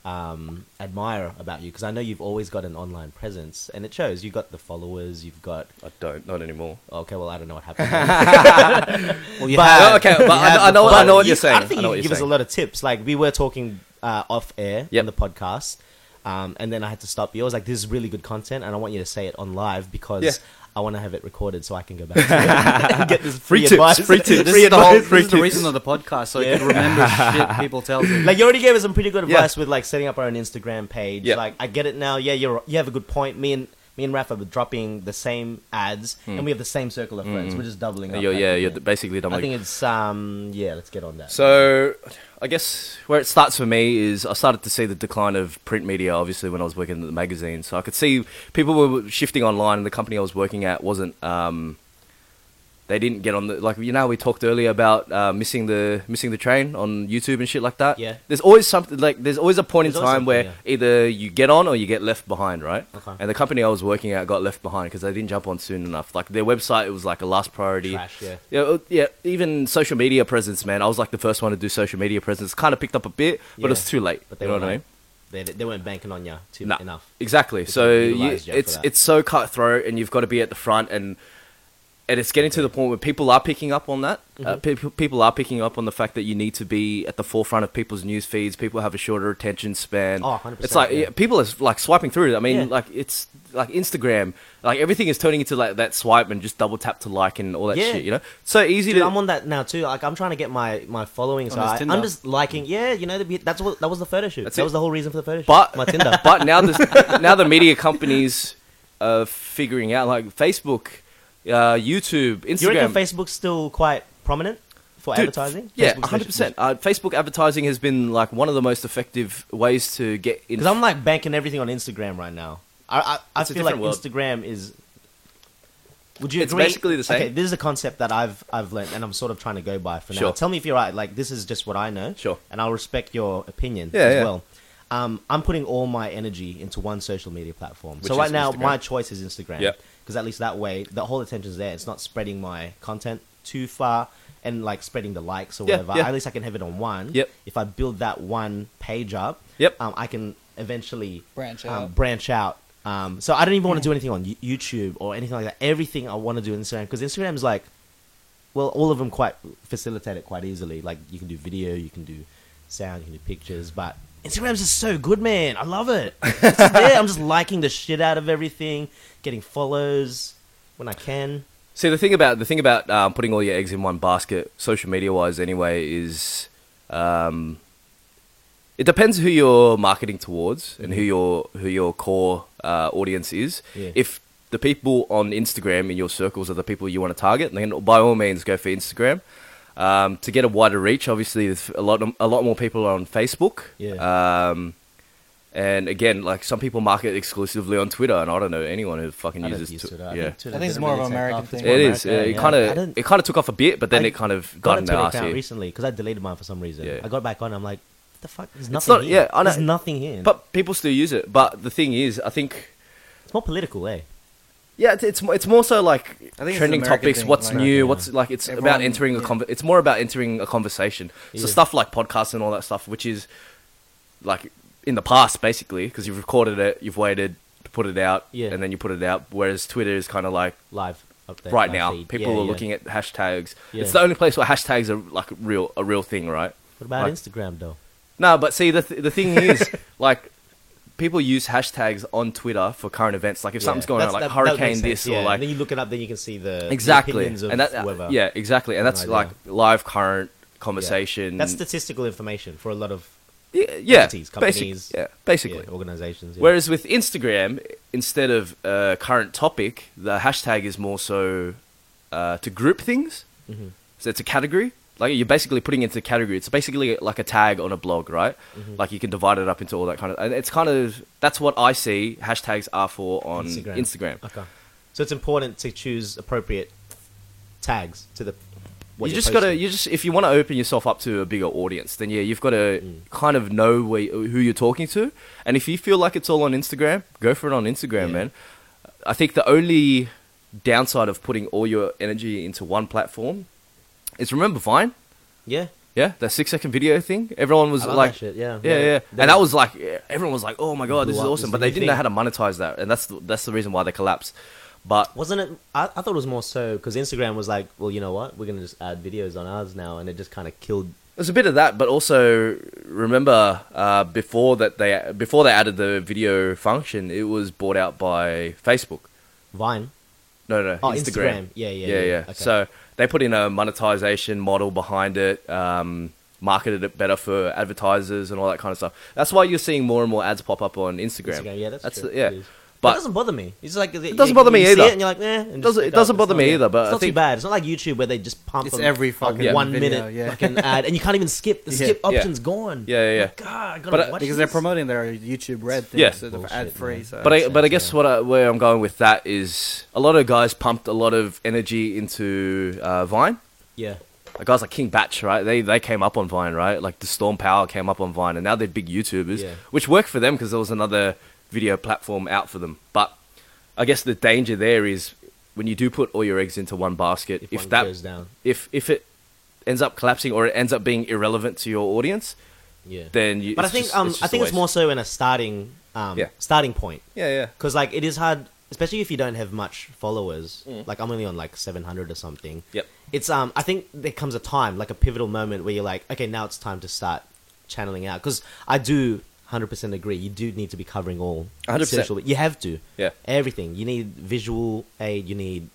Speaker 1: um, admire about you, because I know you've always got an online presence, and it shows. You've got the followers. You've got
Speaker 3: I don't, not anymore.
Speaker 1: okay. Well, I don't know what happened.
Speaker 2: Well, you
Speaker 1: But-
Speaker 2: had-
Speaker 3: No, okay,
Speaker 2: you
Speaker 3: but I
Speaker 2: had
Speaker 3: know- I
Speaker 2: the
Speaker 3: know-
Speaker 2: fun.
Speaker 3: I know what
Speaker 1: You-
Speaker 3: you're saying.
Speaker 1: I think
Speaker 3: I know
Speaker 1: you can
Speaker 3: what you're
Speaker 1: give us a
Speaker 3: saying.
Speaker 1: lot of tips. Like we were talking uh, off air
Speaker 3: Yep.
Speaker 1: on the podcast, um, and then I had to stop you. I was like, "This is really good content, and I want you to say it on live because
Speaker 3: Yeah.
Speaker 1: I want to have it recorded so I can go back to it and get this free,
Speaker 3: Free tips,
Speaker 1: advice.
Speaker 3: free tips.
Speaker 2: This
Speaker 3: Free
Speaker 2: is the, whole,
Speaker 3: advice, free
Speaker 2: this is the
Speaker 3: tips.
Speaker 2: reason of the podcast, so
Speaker 1: Yeah.
Speaker 2: you can remember shit people tell you.
Speaker 1: Like you already gave us some pretty good
Speaker 3: Yeah.
Speaker 1: advice with like setting up our own Instagram page.
Speaker 3: Yeah.
Speaker 1: Like I get it now. Yeah, you're you have a good point. Me and me and Rafa were dropping the same ads, and we have the same circle of friends. We're just doubling up.
Speaker 3: Hmm. Uh, You're,
Speaker 1: that
Speaker 3: yeah,
Speaker 1: bit,
Speaker 3: you're basically done.
Speaker 1: I
Speaker 3: Like,
Speaker 1: think it's um yeah. Let's get on that.
Speaker 3: So, I guess where it starts for me is I started to see the decline of print media, obviously, when I was working at the magazine. So, I could see people were shifting online, and the company I was working at wasn't. Um, they didn't get on the like you know we talked earlier about uh, missing the missing the train on YouTube and shit like that.
Speaker 1: Yeah.
Speaker 3: There's always something like there's always a point
Speaker 1: There's
Speaker 3: in
Speaker 1: always
Speaker 3: time where
Speaker 1: something,
Speaker 3: either you get on or you get left behind, right?
Speaker 1: Okay.
Speaker 3: And the company I was working at got left behind because they didn't jump on soon enough. Like their website, it was like a last priority.
Speaker 1: Trash, yeah.
Speaker 3: Yeah, uh, yeah. Even social media presence, man. I was like the first one to do social media presence. Kind of picked up a bit, but
Speaker 1: Yeah.
Speaker 3: it's too late.
Speaker 1: but they
Speaker 3: you know
Speaker 1: were
Speaker 3: what I mean?
Speaker 1: They, they weren't banking on you too
Speaker 3: Nah,
Speaker 1: enough.
Speaker 3: Exactly.
Speaker 1: It's
Speaker 3: So
Speaker 1: a
Speaker 3: you,
Speaker 1: utilized job for
Speaker 3: it's
Speaker 1: that.
Speaker 3: it's so cutthroat, and you've got to be at the front, and and it's getting to the point where people are picking up on that.
Speaker 1: Mm-hmm.
Speaker 3: Uh, people people are picking up on the fact that you need to be at the forefront of people's news feeds. People have a shorter attention span.
Speaker 1: Oh, 100%,
Speaker 3: It's like
Speaker 1: yeah.
Speaker 3: yeah, people are like swiping through. I mean,
Speaker 1: Yeah.
Speaker 3: like it's like Instagram. Like everything is turning into like that swipe and just double tap to like and all that
Speaker 1: Yeah.
Speaker 3: shit. You know, so easy
Speaker 1: Dude,
Speaker 3: to.
Speaker 1: I'm on that now too. Like, I'm trying to get my my following. So
Speaker 2: On his
Speaker 1: I,
Speaker 2: Tinder.
Speaker 1: I'm just liking. Yeah, you know, the, that's what that was the photo shoot.
Speaker 3: That's
Speaker 1: that
Speaker 3: it.
Speaker 1: was the whole reason for the photo shoot.
Speaker 3: But-
Speaker 1: my Tinder.
Speaker 3: but now the now the media companies are figuring out like Facebook, uh, YouTube, Instagram.
Speaker 1: Do you reckon Facebook's still quite prominent for
Speaker 3: Dude,
Speaker 1: advertising?
Speaker 3: Yeah,
Speaker 1: Facebook's-
Speaker 3: hundred percent. Uh, Facebook advertising has been like one of the most effective ways to get in.
Speaker 1: Because I'm like banking everything on Instagram right now. I I, I
Speaker 3: It's a
Speaker 1: feel like
Speaker 3: different world.
Speaker 1: Instagram is. Would you
Speaker 3: It's
Speaker 1: agree?
Speaker 3: basically the same.
Speaker 1: Okay, this is a concept that I've I've learned and I'm sort of trying to go by for now.
Speaker 3: Sure.
Speaker 1: Tell me if you're right. Like this is just what I know.
Speaker 3: Sure.
Speaker 1: And I'll respect your opinion
Speaker 3: Yeah,
Speaker 1: as
Speaker 3: yeah.
Speaker 1: well. Um, I'm putting all my energy into one social media platform.
Speaker 3: Which
Speaker 1: so right
Speaker 3: is
Speaker 1: now,
Speaker 3: Instagram.
Speaker 1: my choice is Instagram.
Speaker 3: Yep.
Speaker 1: Because at least that way, the whole attention's there. It's not spreading my content too far and like spreading the likes or
Speaker 3: Yeah,
Speaker 1: whatever.
Speaker 3: yeah.
Speaker 1: At least I can have it on one.
Speaker 3: Yep.
Speaker 1: If I build that one page up,
Speaker 3: Yep.
Speaker 1: um, I can eventually
Speaker 4: Branch
Speaker 1: um,
Speaker 4: out.
Speaker 1: branch out. Um, so I don't even want to do anything on Yo- YouTube or anything like that. Everything I want to do on Instagram because Instagram is like, well, all of them quite facilitate it quite easily. Like you can do video, you can do sound, you can do pictures, but Instagram's just so good, man. I love it. It's there. I'm just liking the shit out of everything, getting follows when I can.
Speaker 3: See the thing about the thing about um, putting all your eggs in one basket, social media wise, anyway, is um, it depends who you're marketing towards and who your who your core uh, audience is.
Speaker 1: Mm-hmm. Yeah.
Speaker 3: If the people on Instagram in your circles are the people you want to target, then by all means go for Instagram. Um, to get a wider reach, obviously, there's a lot a lot more people are on Facebook.
Speaker 1: Yeah.
Speaker 3: Um, and again, like some people market exclusively on Twitter, and I don't know anyone who fucking
Speaker 1: I don't
Speaker 3: uses
Speaker 1: use
Speaker 3: Twi-
Speaker 1: Twitter. I
Speaker 3: yeah.
Speaker 1: think Twitter
Speaker 4: I think it's
Speaker 1: didn't
Speaker 4: more of
Speaker 1: really
Speaker 4: an
Speaker 1: take
Speaker 4: American
Speaker 1: off.
Speaker 4: thing.
Speaker 1: It's more
Speaker 3: It is.
Speaker 1: American,
Speaker 3: It
Speaker 1: yeah.
Speaker 3: kind
Speaker 1: I
Speaker 3: of
Speaker 1: don't-
Speaker 3: it kind of took off a bit, but then
Speaker 1: I
Speaker 3: it kind of
Speaker 1: got a
Speaker 3: got
Speaker 1: Twitter
Speaker 3: now.
Speaker 1: account
Speaker 3: here.
Speaker 1: recently because I deleted mine for some reason.
Speaker 3: Yeah.
Speaker 1: I got back on. I'm like, what the fuck? There's nothing.
Speaker 3: not-
Speaker 1: here.
Speaker 3: yeah, I know.
Speaker 1: There's nothing here.
Speaker 3: But people still use it. But the thing is, I think
Speaker 1: it's more political, eh?
Speaker 3: yeah, it's- it's mo- it's more so like
Speaker 2: I think it's
Speaker 3: trending
Speaker 2: an American
Speaker 3: topics.
Speaker 2: thing,
Speaker 3: What's
Speaker 2: like-
Speaker 3: new?
Speaker 1: Yeah.
Speaker 3: What's like? It's about
Speaker 4: Everyone-
Speaker 3: entering a
Speaker 4: yeah.
Speaker 3: conver- It's more about entering a conversation. So
Speaker 1: Yeah.
Speaker 3: stuff like podcasts and all that stuff, which is like in the past basically, because you've recorded it, you've waited to put it out,
Speaker 1: Yeah.
Speaker 3: and then you put it out. Whereas Twitter is kind of like
Speaker 1: Live update
Speaker 3: right
Speaker 1: live
Speaker 3: now,
Speaker 1: feed.
Speaker 3: people
Speaker 1: Yeah,
Speaker 3: are
Speaker 1: yeah.
Speaker 3: looking at hashtags.
Speaker 1: Yeah.
Speaker 3: It's the only place where hashtags are like real a real thing, right?
Speaker 1: What about
Speaker 3: Like-
Speaker 1: Instagram though?
Speaker 3: No, but see, the, th- the thing is, like, people use hashtags on Twitter for current events. Like, if something's
Speaker 1: Yeah.
Speaker 3: going
Speaker 1: That's-
Speaker 3: on, like
Speaker 1: that- that would
Speaker 3: hurricane
Speaker 1: make
Speaker 3: this
Speaker 1: sense, yeah.
Speaker 3: or
Speaker 1: and then
Speaker 3: like
Speaker 1: you look it up, then you can see the the
Speaker 3: exactly,
Speaker 1: opinions of
Speaker 3: and that
Speaker 1: whoever.
Speaker 3: yeah, exactly,
Speaker 1: An
Speaker 3: and that's
Speaker 1: idea.
Speaker 3: like live current
Speaker 1: Yeah.
Speaker 3: conversation.
Speaker 1: That's statistical information for a lot of
Speaker 3: yeah, yeah,
Speaker 1: entities,
Speaker 3: basic-
Speaker 1: companies,
Speaker 3: yeah,
Speaker 1: yeah,
Speaker 3: basically.
Speaker 1: organizations. yeah.
Speaker 3: Whereas with Instagram, instead of uh, current topic, the hashtag is more so uh, to group things.
Speaker 1: Mm-hmm.
Speaker 3: So it's a category. Like you're basically putting it into a category. It's basically like a tag on a blog, right?
Speaker 1: Mm-hmm.
Speaker 3: Like you can divide it up into all that kind of. And it's kind of that's what I see hashtags are for on Instagram.
Speaker 1: Okay, so it's important to choose appropriate tags to the. What
Speaker 3: you
Speaker 1: you're
Speaker 3: just gotta
Speaker 1: posting.
Speaker 3: you just if you want to open yourself up to a bigger audience then yeah you've got to
Speaker 1: Mm.
Speaker 3: kind of know where, who you're talking to and if you feel like it's all on instagram go for it on instagram
Speaker 1: Yeah.
Speaker 3: man i think the only downside of putting all your energy into one platform is remember vine
Speaker 1: yeah.
Speaker 3: yeah that six second video thing everyone was
Speaker 1: I love
Speaker 3: like
Speaker 1: that shit, yeah.
Speaker 3: yeah
Speaker 1: Yeah.
Speaker 3: yeah
Speaker 1: They-
Speaker 3: and that was like yeah, everyone was like oh my god this
Speaker 1: Blew
Speaker 3: is
Speaker 1: up,
Speaker 3: awesome
Speaker 1: this is
Speaker 3: but they
Speaker 1: the new
Speaker 3: didn't know
Speaker 1: thing.
Speaker 3: how to monetize that and that's the, that's the reason why they collapsed but
Speaker 1: Wasn't it? I, I thought it was more so because Instagram was like, well, you know what? We're gonna just add videos on ours now, and it just kind of killed.
Speaker 3: There's a bit of that, but also remember uh, before that they before they added the video function, it was bought out by Facebook.
Speaker 1: Vine.
Speaker 3: No, no,
Speaker 1: Oh,
Speaker 3: Instagram.
Speaker 1: Instagram. Yeah, yeah,
Speaker 3: yeah.
Speaker 1: yeah.
Speaker 3: yeah.
Speaker 1: Okay.
Speaker 3: So they put in a monetization model behind it, um, marketed it better for advertisers and all that kind of stuff. That's why you're seeing more and more ads pop up on Instagram.
Speaker 1: Instagram. Yeah, that's, true.
Speaker 3: yeah.
Speaker 1: It is. it
Speaker 3: But-
Speaker 1: doesn't bother me. It's like it
Speaker 3: doesn't bother me
Speaker 1: you see
Speaker 3: either.
Speaker 1: it and you're like, eh, and just
Speaker 3: Doesn't- it
Speaker 1: pick
Speaker 3: doesn't
Speaker 1: up.
Speaker 3: bother
Speaker 1: It's
Speaker 3: me
Speaker 1: not-
Speaker 3: either, but
Speaker 1: it's
Speaker 3: I
Speaker 1: not
Speaker 3: think-
Speaker 1: too bad. It's not like YouTube where they just pump
Speaker 2: It's
Speaker 1: a-
Speaker 2: every
Speaker 1: a
Speaker 2: fucking
Speaker 1: one
Speaker 2: video,
Speaker 1: minute
Speaker 2: yeah.
Speaker 1: fucking ad, and you can't even skip. The
Speaker 2: Yeah.
Speaker 1: skip
Speaker 3: Yeah.
Speaker 1: option's gone.
Speaker 3: Yeah, yeah, yeah.
Speaker 1: My God, I gotta
Speaker 3: But, uh,
Speaker 1: watch
Speaker 2: because they're
Speaker 1: this.
Speaker 2: promoting their YouTube Red thing,
Speaker 3: Yeah.
Speaker 2: so they're
Speaker 1: Bullshit,
Speaker 2: ad free.
Speaker 1: man.
Speaker 2: So.
Speaker 3: But I,
Speaker 1: sense,
Speaker 3: but I guess
Speaker 1: yeah.
Speaker 3: what I, where I'm going with that is a lot of guys pumped a lot of energy into uh, Vine.
Speaker 1: Yeah,
Speaker 3: Like guys like King Batch, right? They they came up on Vine, right? Like the Storm Power came up on Vine, and now they're big YouTubers,
Speaker 1: Yeah.
Speaker 3: which worked for them because there was another video platform out for them. But I guess the danger there is when you do put all your eggs into one basket,
Speaker 1: if,
Speaker 3: if,
Speaker 1: one
Speaker 3: that
Speaker 1: goes down,
Speaker 3: if if it ends up collapsing or it ends up being irrelevant to your audience,
Speaker 1: yeah.
Speaker 3: then you,
Speaker 1: but I
Speaker 3: it's
Speaker 1: think
Speaker 3: just-
Speaker 1: um,
Speaker 3: just
Speaker 1: I
Speaker 3: a
Speaker 1: think it's
Speaker 3: waste.
Speaker 1: more so in a starting um,
Speaker 3: Yeah.
Speaker 1: starting point
Speaker 3: yeah yeah
Speaker 1: because like it is hard, especially if you don't have much followers. Like I'm only on like 700 or something.
Speaker 3: Mm. yep
Speaker 1: It's um, I think there comes a time like a pivotal moment where you're like, okay, now it's time to start channeling out because I do 100% agree. You do need to be covering all
Speaker 3: 100%.
Speaker 1: social. You have to
Speaker 3: yeah.
Speaker 1: everything. You need visual aid. You need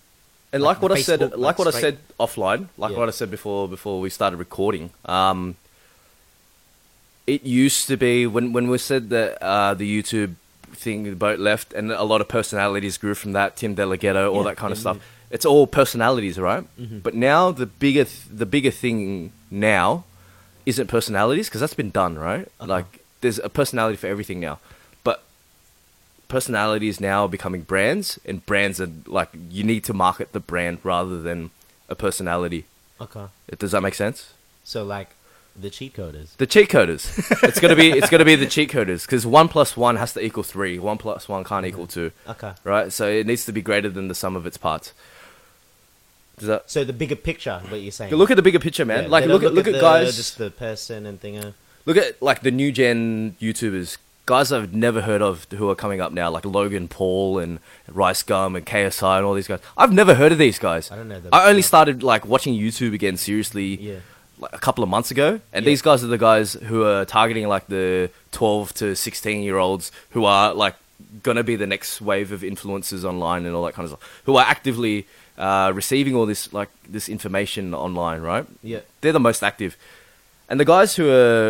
Speaker 3: And
Speaker 1: Like
Speaker 3: like,
Speaker 1: the
Speaker 3: what I said,
Speaker 1: Facebook,
Speaker 3: like,
Speaker 1: like,
Speaker 3: what I
Speaker 1: straight-
Speaker 3: said offline, like
Speaker 1: Yeah.
Speaker 3: what I said before before we started recording. Um, it used to be when when we said that uh, the YouTube thing, the boat left, and a lot of personalities grew from that. Tim Delaghetto, all
Speaker 1: Yeah,
Speaker 3: that kind of
Speaker 1: yeah, Mm-hmm.
Speaker 3: stuff. It's all personalities, right? But now the bigger th- the bigger thing now isn't personalities because that's been done, right?
Speaker 1: Uh-huh.
Speaker 3: Like there's a personality for everything now, but personalities now are becoming brands, and brands are like you need to market the brand rather than a personality.
Speaker 1: okay.
Speaker 3: Does that make sense?
Speaker 1: So like the cheat coders.
Speaker 3: The cheat coders. it's gonna be it's gonna be the cheat coders because one plus one has to equal three. One plus one can't equal two,
Speaker 1: Mm-hmm. Okay.
Speaker 3: right? So it needs to be greater than the sum of its parts. Does that?
Speaker 1: So the bigger picture, what you're saying.
Speaker 3: Look at the bigger picture, man.
Speaker 1: Yeah,
Speaker 3: like
Speaker 1: they
Speaker 3: look at
Speaker 1: don't
Speaker 3: look at
Speaker 1: the-
Speaker 3: guys.
Speaker 1: just the person and thing. uh,
Speaker 3: Look at like the new gen YouTubers, guys I've never heard of who are coming up now, like Logan Paul and Rice Gum and KSI and all these guys. I've never heard of these guys.
Speaker 1: I don't know them.
Speaker 3: I only
Speaker 1: No.
Speaker 3: started like watching YouTube again seriously
Speaker 1: Yeah.
Speaker 3: like a couple of months ago, and
Speaker 1: Yeah.
Speaker 3: these guys are the guys who are targeting like the 12 to 16 year olds who are like gonna be the next wave of influencers online and all that kind of stuff, who are actively uh, receiving all this like this information online, right?
Speaker 1: Yeah.
Speaker 3: they're the most active. And the guys who are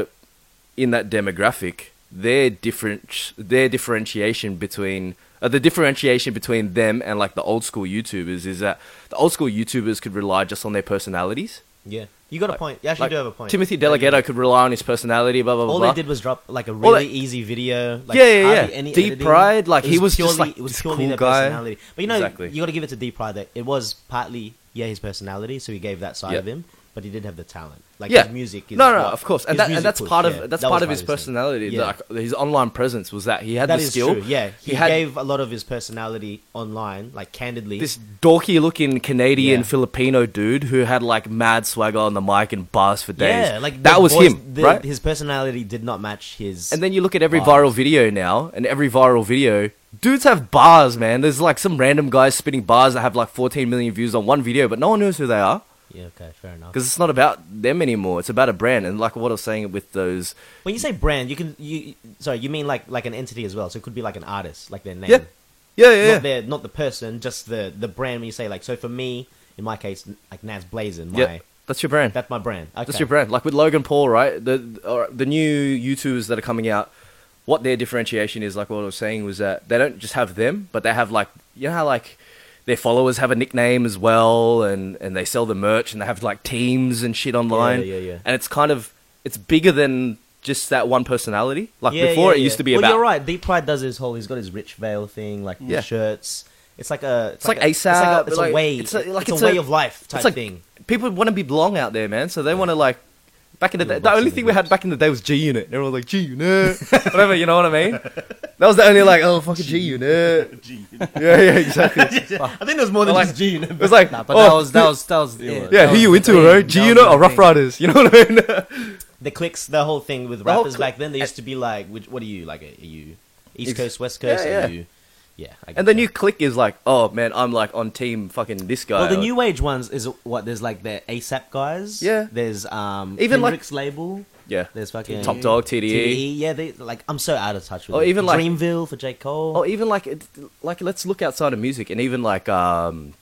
Speaker 3: in that demographic, their different their differentiation between uh, the differentiation between them and like the old school YouTubers is that the old school YouTubers could rely just on their personalities.
Speaker 1: Yeah, you got a point. You actually
Speaker 3: Like,
Speaker 1: do have a point.
Speaker 3: Timothy Delgado could rely on his personality, blah blah blah.
Speaker 1: all
Speaker 3: blah.
Speaker 1: they did was drop like a
Speaker 3: All
Speaker 1: really
Speaker 3: they-
Speaker 1: easy video. Like,
Speaker 3: Yeah, yeah, yeah.
Speaker 1: hardly Any
Speaker 3: Deep
Speaker 1: editing.
Speaker 3: Pride, like, he was just,
Speaker 1: purely,
Speaker 3: like,
Speaker 1: it was
Speaker 3: this
Speaker 1: purely
Speaker 3: cool
Speaker 1: their
Speaker 3: guy.
Speaker 1: personality. But you know,
Speaker 3: Exactly.
Speaker 1: you got to give it to Deep Pride that it was partly yeah his personality, so he gave that side
Speaker 3: Yeah.
Speaker 1: of him, but he did have the talent. Like
Speaker 3: yeah,
Speaker 1: his music. Is
Speaker 3: no, no,
Speaker 1: what-
Speaker 3: of course, and,
Speaker 1: his
Speaker 3: that, and
Speaker 1: music
Speaker 3: that's
Speaker 1: push,
Speaker 3: part
Speaker 1: yeah.
Speaker 3: of that's
Speaker 1: That
Speaker 3: part
Speaker 1: was
Speaker 3: of his
Speaker 1: thing.
Speaker 3: personality.
Speaker 1: Yeah.
Speaker 3: Like, his online presence was that he had
Speaker 1: That
Speaker 3: the
Speaker 1: is
Speaker 3: skill.
Speaker 1: true. Yeah, he,
Speaker 3: had
Speaker 1: gave a lot of his personality online, like candidly.
Speaker 3: this dorky looking Canadian
Speaker 1: Yeah.
Speaker 3: Filipino dude who had like mad swagger on the mic and bars for days.
Speaker 1: yeah, like
Speaker 3: that
Speaker 1: the
Speaker 3: was
Speaker 1: voice-
Speaker 3: him,
Speaker 1: the-
Speaker 3: right?
Speaker 1: His personality did not match his.
Speaker 3: And then you look at every
Speaker 1: Bars.
Speaker 3: viral video now, and every viral video, dudes have bars, man. There's like some random guys spitting bars that have like 14 million views on one video, but no one knows who they are
Speaker 1: yeah, okay, fair enough.
Speaker 3: because it's not about them anymore. It's about a brand, and like what I was saying with those,
Speaker 1: When you say brand, you can you sorry, you mean like like an entity as well. So it could be like an artist, like their name.
Speaker 3: yeah, yeah, yeah, yeah.
Speaker 1: Not their not the person, just the the brand when you say like so for me, in my case, like Naz Blazin, my
Speaker 3: yeah. That's your brand.
Speaker 1: that's my brand. Okay.
Speaker 3: That's your brand. Like with Logan Paul, right? The or the new YouTubers that are coming out, what their differentiation is, like what I was saying, was that they don't just have them, but they have like you know how like their followers have a nickname as well, and and they sell the merch, and they have like teams and shit online.
Speaker 1: yeah, yeah.
Speaker 3: And it's kind of it's bigger than just that one personality. Like
Speaker 1: Yeah,
Speaker 3: before,
Speaker 1: yeah,
Speaker 3: it
Speaker 1: yeah.
Speaker 3: used to be
Speaker 1: well,
Speaker 3: about.
Speaker 1: you're right. Deep Pride does his whole. He's got his rich veil thing, like
Speaker 3: Yeah.
Speaker 1: shirts. It's like a. It's,
Speaker 3: like
Speaker 1: a, It's, like
Speaker 3: ASAP,
Speaker 1: a, it's
Speaker 3: like-
Speaker 1: a way. It's
Speaker 3: it's a-
Speaker 1: a,
Speaker 3: like it's
Speaker 1: way
Speaker 3: a-
Speaker 1: of life
Speaker 3: It's
Speaker 1: type
Speaker 3: like
Speaker 1: thing.
Speaker 3: people want to be belong out there, man. So they want to like. Back in the
Speaker 1: Yeah,
Speaker 3: day, the
Speaker 1: boxing
Speaker 3: only
Speaker 1: the
Speaker 3: thing we had
Speaker 1: groups.
Speaker 3: back in the day was G Unit. Everyone was like G Unit, whatever. You know what I mean? That was the only like, oh fucking G Unit. Yeah, yeah, exactly. It
Speaker 1: I think there's more than
Speaker 3: Well,
Speaker 1: just Gene.
Speaker 3: was like,
Speaker 2: Nah, but
Speaker 3: oh,
Speaker 2: that was that was that was yeah.
Speaker 3: yeah,
Speaker 2: that
Speaker 3: who
Speaker 2: was
Speaker 3: you
Speaker 2: the
Speaker 3: into,
Speaker 2: thing.
Speaker 3: right?
Speaker 2: That
Speaker 3: G
Speaker 2: was
Speaker 3: Unit
Speaker 2: the
Speaker 3: or Rough
Speaker 2: thing.
Speaker 3: Riders? You know what I mean?
Speaker 1: the clicks, the whole thing with
Speaker 3: The whole
Speaker 1: rappers
Speaker 3: click-
Speaker 1: back then. They used to be like, which, what are you like? Are you East
Speaker 3: Ex-
Speaker 1: Coast, West
Speaker 3: Yeah,
Speaker 1: Coast?
Speaker 3: yeah.
Speaker 1: Are you, yeah. I get
Speaker 3: and the
Speaker 1: that.
Speaker 3: new click is like, oh man, I'm like on team fucking this guy.
Speaker 1: Well, the
Speaker 3: or-
Speaker 1: new age ones is what there's like the ASAP guys.
Speaker 3: Yeah.
Speaker 1: There's um
Speaker 3: Even,
Speaker 1: even
Speaker 3: like-
Speaker 1: Kendrick's label.
Speaker 3: Yeah.
Speaker 1: There's fucking
Speaker 3: Top Dog, TDE.
Speaker 1: TDE. Yeah, they like I'm so out of touch with.
Speaker 3: Or
Speaker 1: it.
Speaker 3: even, like-
Speaker 1: Dreamville for J Cole.
Speaker 3: Or even like, it- like let's look outside of music and even like um,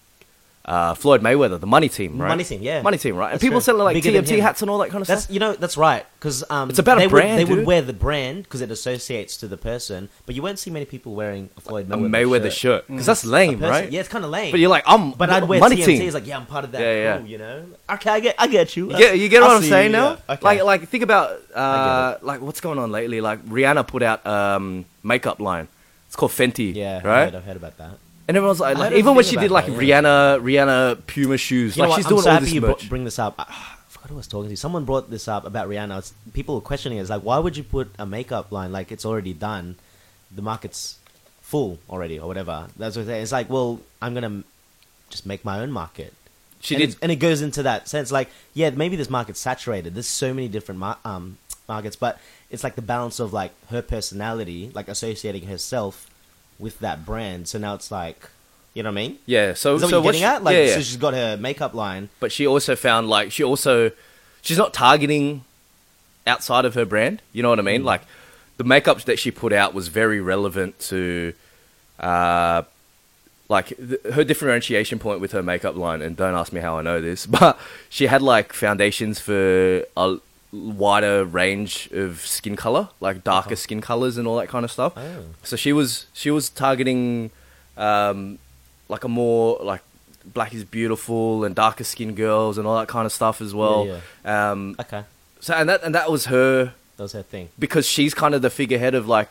Speaker 3: uh, Floyd Mayweather, the Money Team, right?
Speaker 1: Money Team, yeah.
Speaker 3: Money Team, right? And
Speaker 1: That's
Speaker 3: people
Speaker 1: true.
Speaker 3: selling like
Speaker 1: Bigger than
Speaker 3: TMT
Speaker 1: him.
Speaker 3: hats and all that kind of
Speaker 1: That's
Speaker 3: stuff.
Speaker 1: you know that's right because um,
Speaker 3: It's about a
Speaker 1: they
Speaker 3: brand,
Speaker 1: Would, they would
Speaker 3: dude.
Speaker 1: wear the brand because it associates to the person, but you won't see many people wearing a Floyd
Speaker 3: A
Speaker 1: Mayweather, Mm.
Speaker 3: Mayweather shirt because that's lame,
Speaker 1: Person-
Speaker 3: right?
Speaker 1: Yeah, it's kind of lame.
Speaker 3: But you're like, I'm
Speaker 1: but I'd wear
Speaker 3: Money
Speaker 1: TMT.
Speaker 3: Team.
Speaker 1: It's like yeah, I'm part of that.
Speaker 3: Yeah, yeah.
Speaker 1: crew, you know. Okay, I get, I get you.
Speaker 3: You get, you get
Speaker 1: I
Speaker 3: what I'm
Speaker 1: see
Speaker 3: saying
Speaker 1: you,
Speaker 3: now?
Speaker 1: yeah. Okay.
Speaker 3: Like, like think about
Speaker 1: I
Speaker 3: uh, like what's going on lately. Like Rihanna put out um makeup line. It's called Fenty.
Speaker 1: yeah, I
Speaker 3: right.
Speaker 1: heard, I've heard about that.
Speaker 3: And everyone's like,
Speaker 1: I
Speaker 3: like
Speaker 1: don't
Speaker 3: even when
Speaker 1: think
Speaker 3: she
Speaker 1: about
Speaker 3: did like
Speaker 1: that, yeah.
Speaker 3: Rihanna, Rihanna Puma shoes.
Speaker 1: You know
Speaker 3: like
Speaker 1: what?
Speaker 3: she's
Speaker 1: I'm
Speaker 3: doing
Speaker 1: so
Speaker 3: all
Speaker 1: happy
Speaker 3: this
Speaker 1: you br-
Speaker 3: merch.
Speaker 1: bring this up. I, I forgot who I was talking to. Someone brought this up about Rihanna. It's, people were questioning it. It's like, why would you put a makeup line like it's already done? The market's full already, or whatever. That's what they- it's like. Well, I'm gonna m- just make my own market.
Speaker 3: she
Speaker 1: and
Speaker 3: did.
Speaker 1: it's- and it goes into that sense. Like, yeah, maybe this market's saturated. There's so many different mar- um, markets, but it's like the balance of like her personality, like associating herself with that brand. So now it's like, you know what I mean?
Speaker 3: Yeah. So
Speaker 1: Is that
Speaker 3: so
Speaker 1: what you're getting
Speaker 3: she,
Speaker 1: at? Like,
Speaker 3: yeah, yeah.
Speaker 1: so she's got her makeup line.
Speaker 3: but she also found like she also she's not targeting outside of her brand. You know what I mean? Like the makeup that she put out was very relevant to uh like th- her differentiation point with her makeup line and don't ask me how I know this, but she had like foundations for a wider range of skin color, like darker skin colors and all that kind of stuff.
Speaker 1: Oh.
Speaker 3: So she was she was targeting um, like a more like black is beautiful and darker skinned girls and all that kind of stuff as well.
Speaker 1: Yeah,
Speaker 3: Um,
Speaker 1: Okay.
Speaker 3: so and that and that was her
Speaker 1: That was her thing.
Speaker 3: because she's kind of the figurehead of like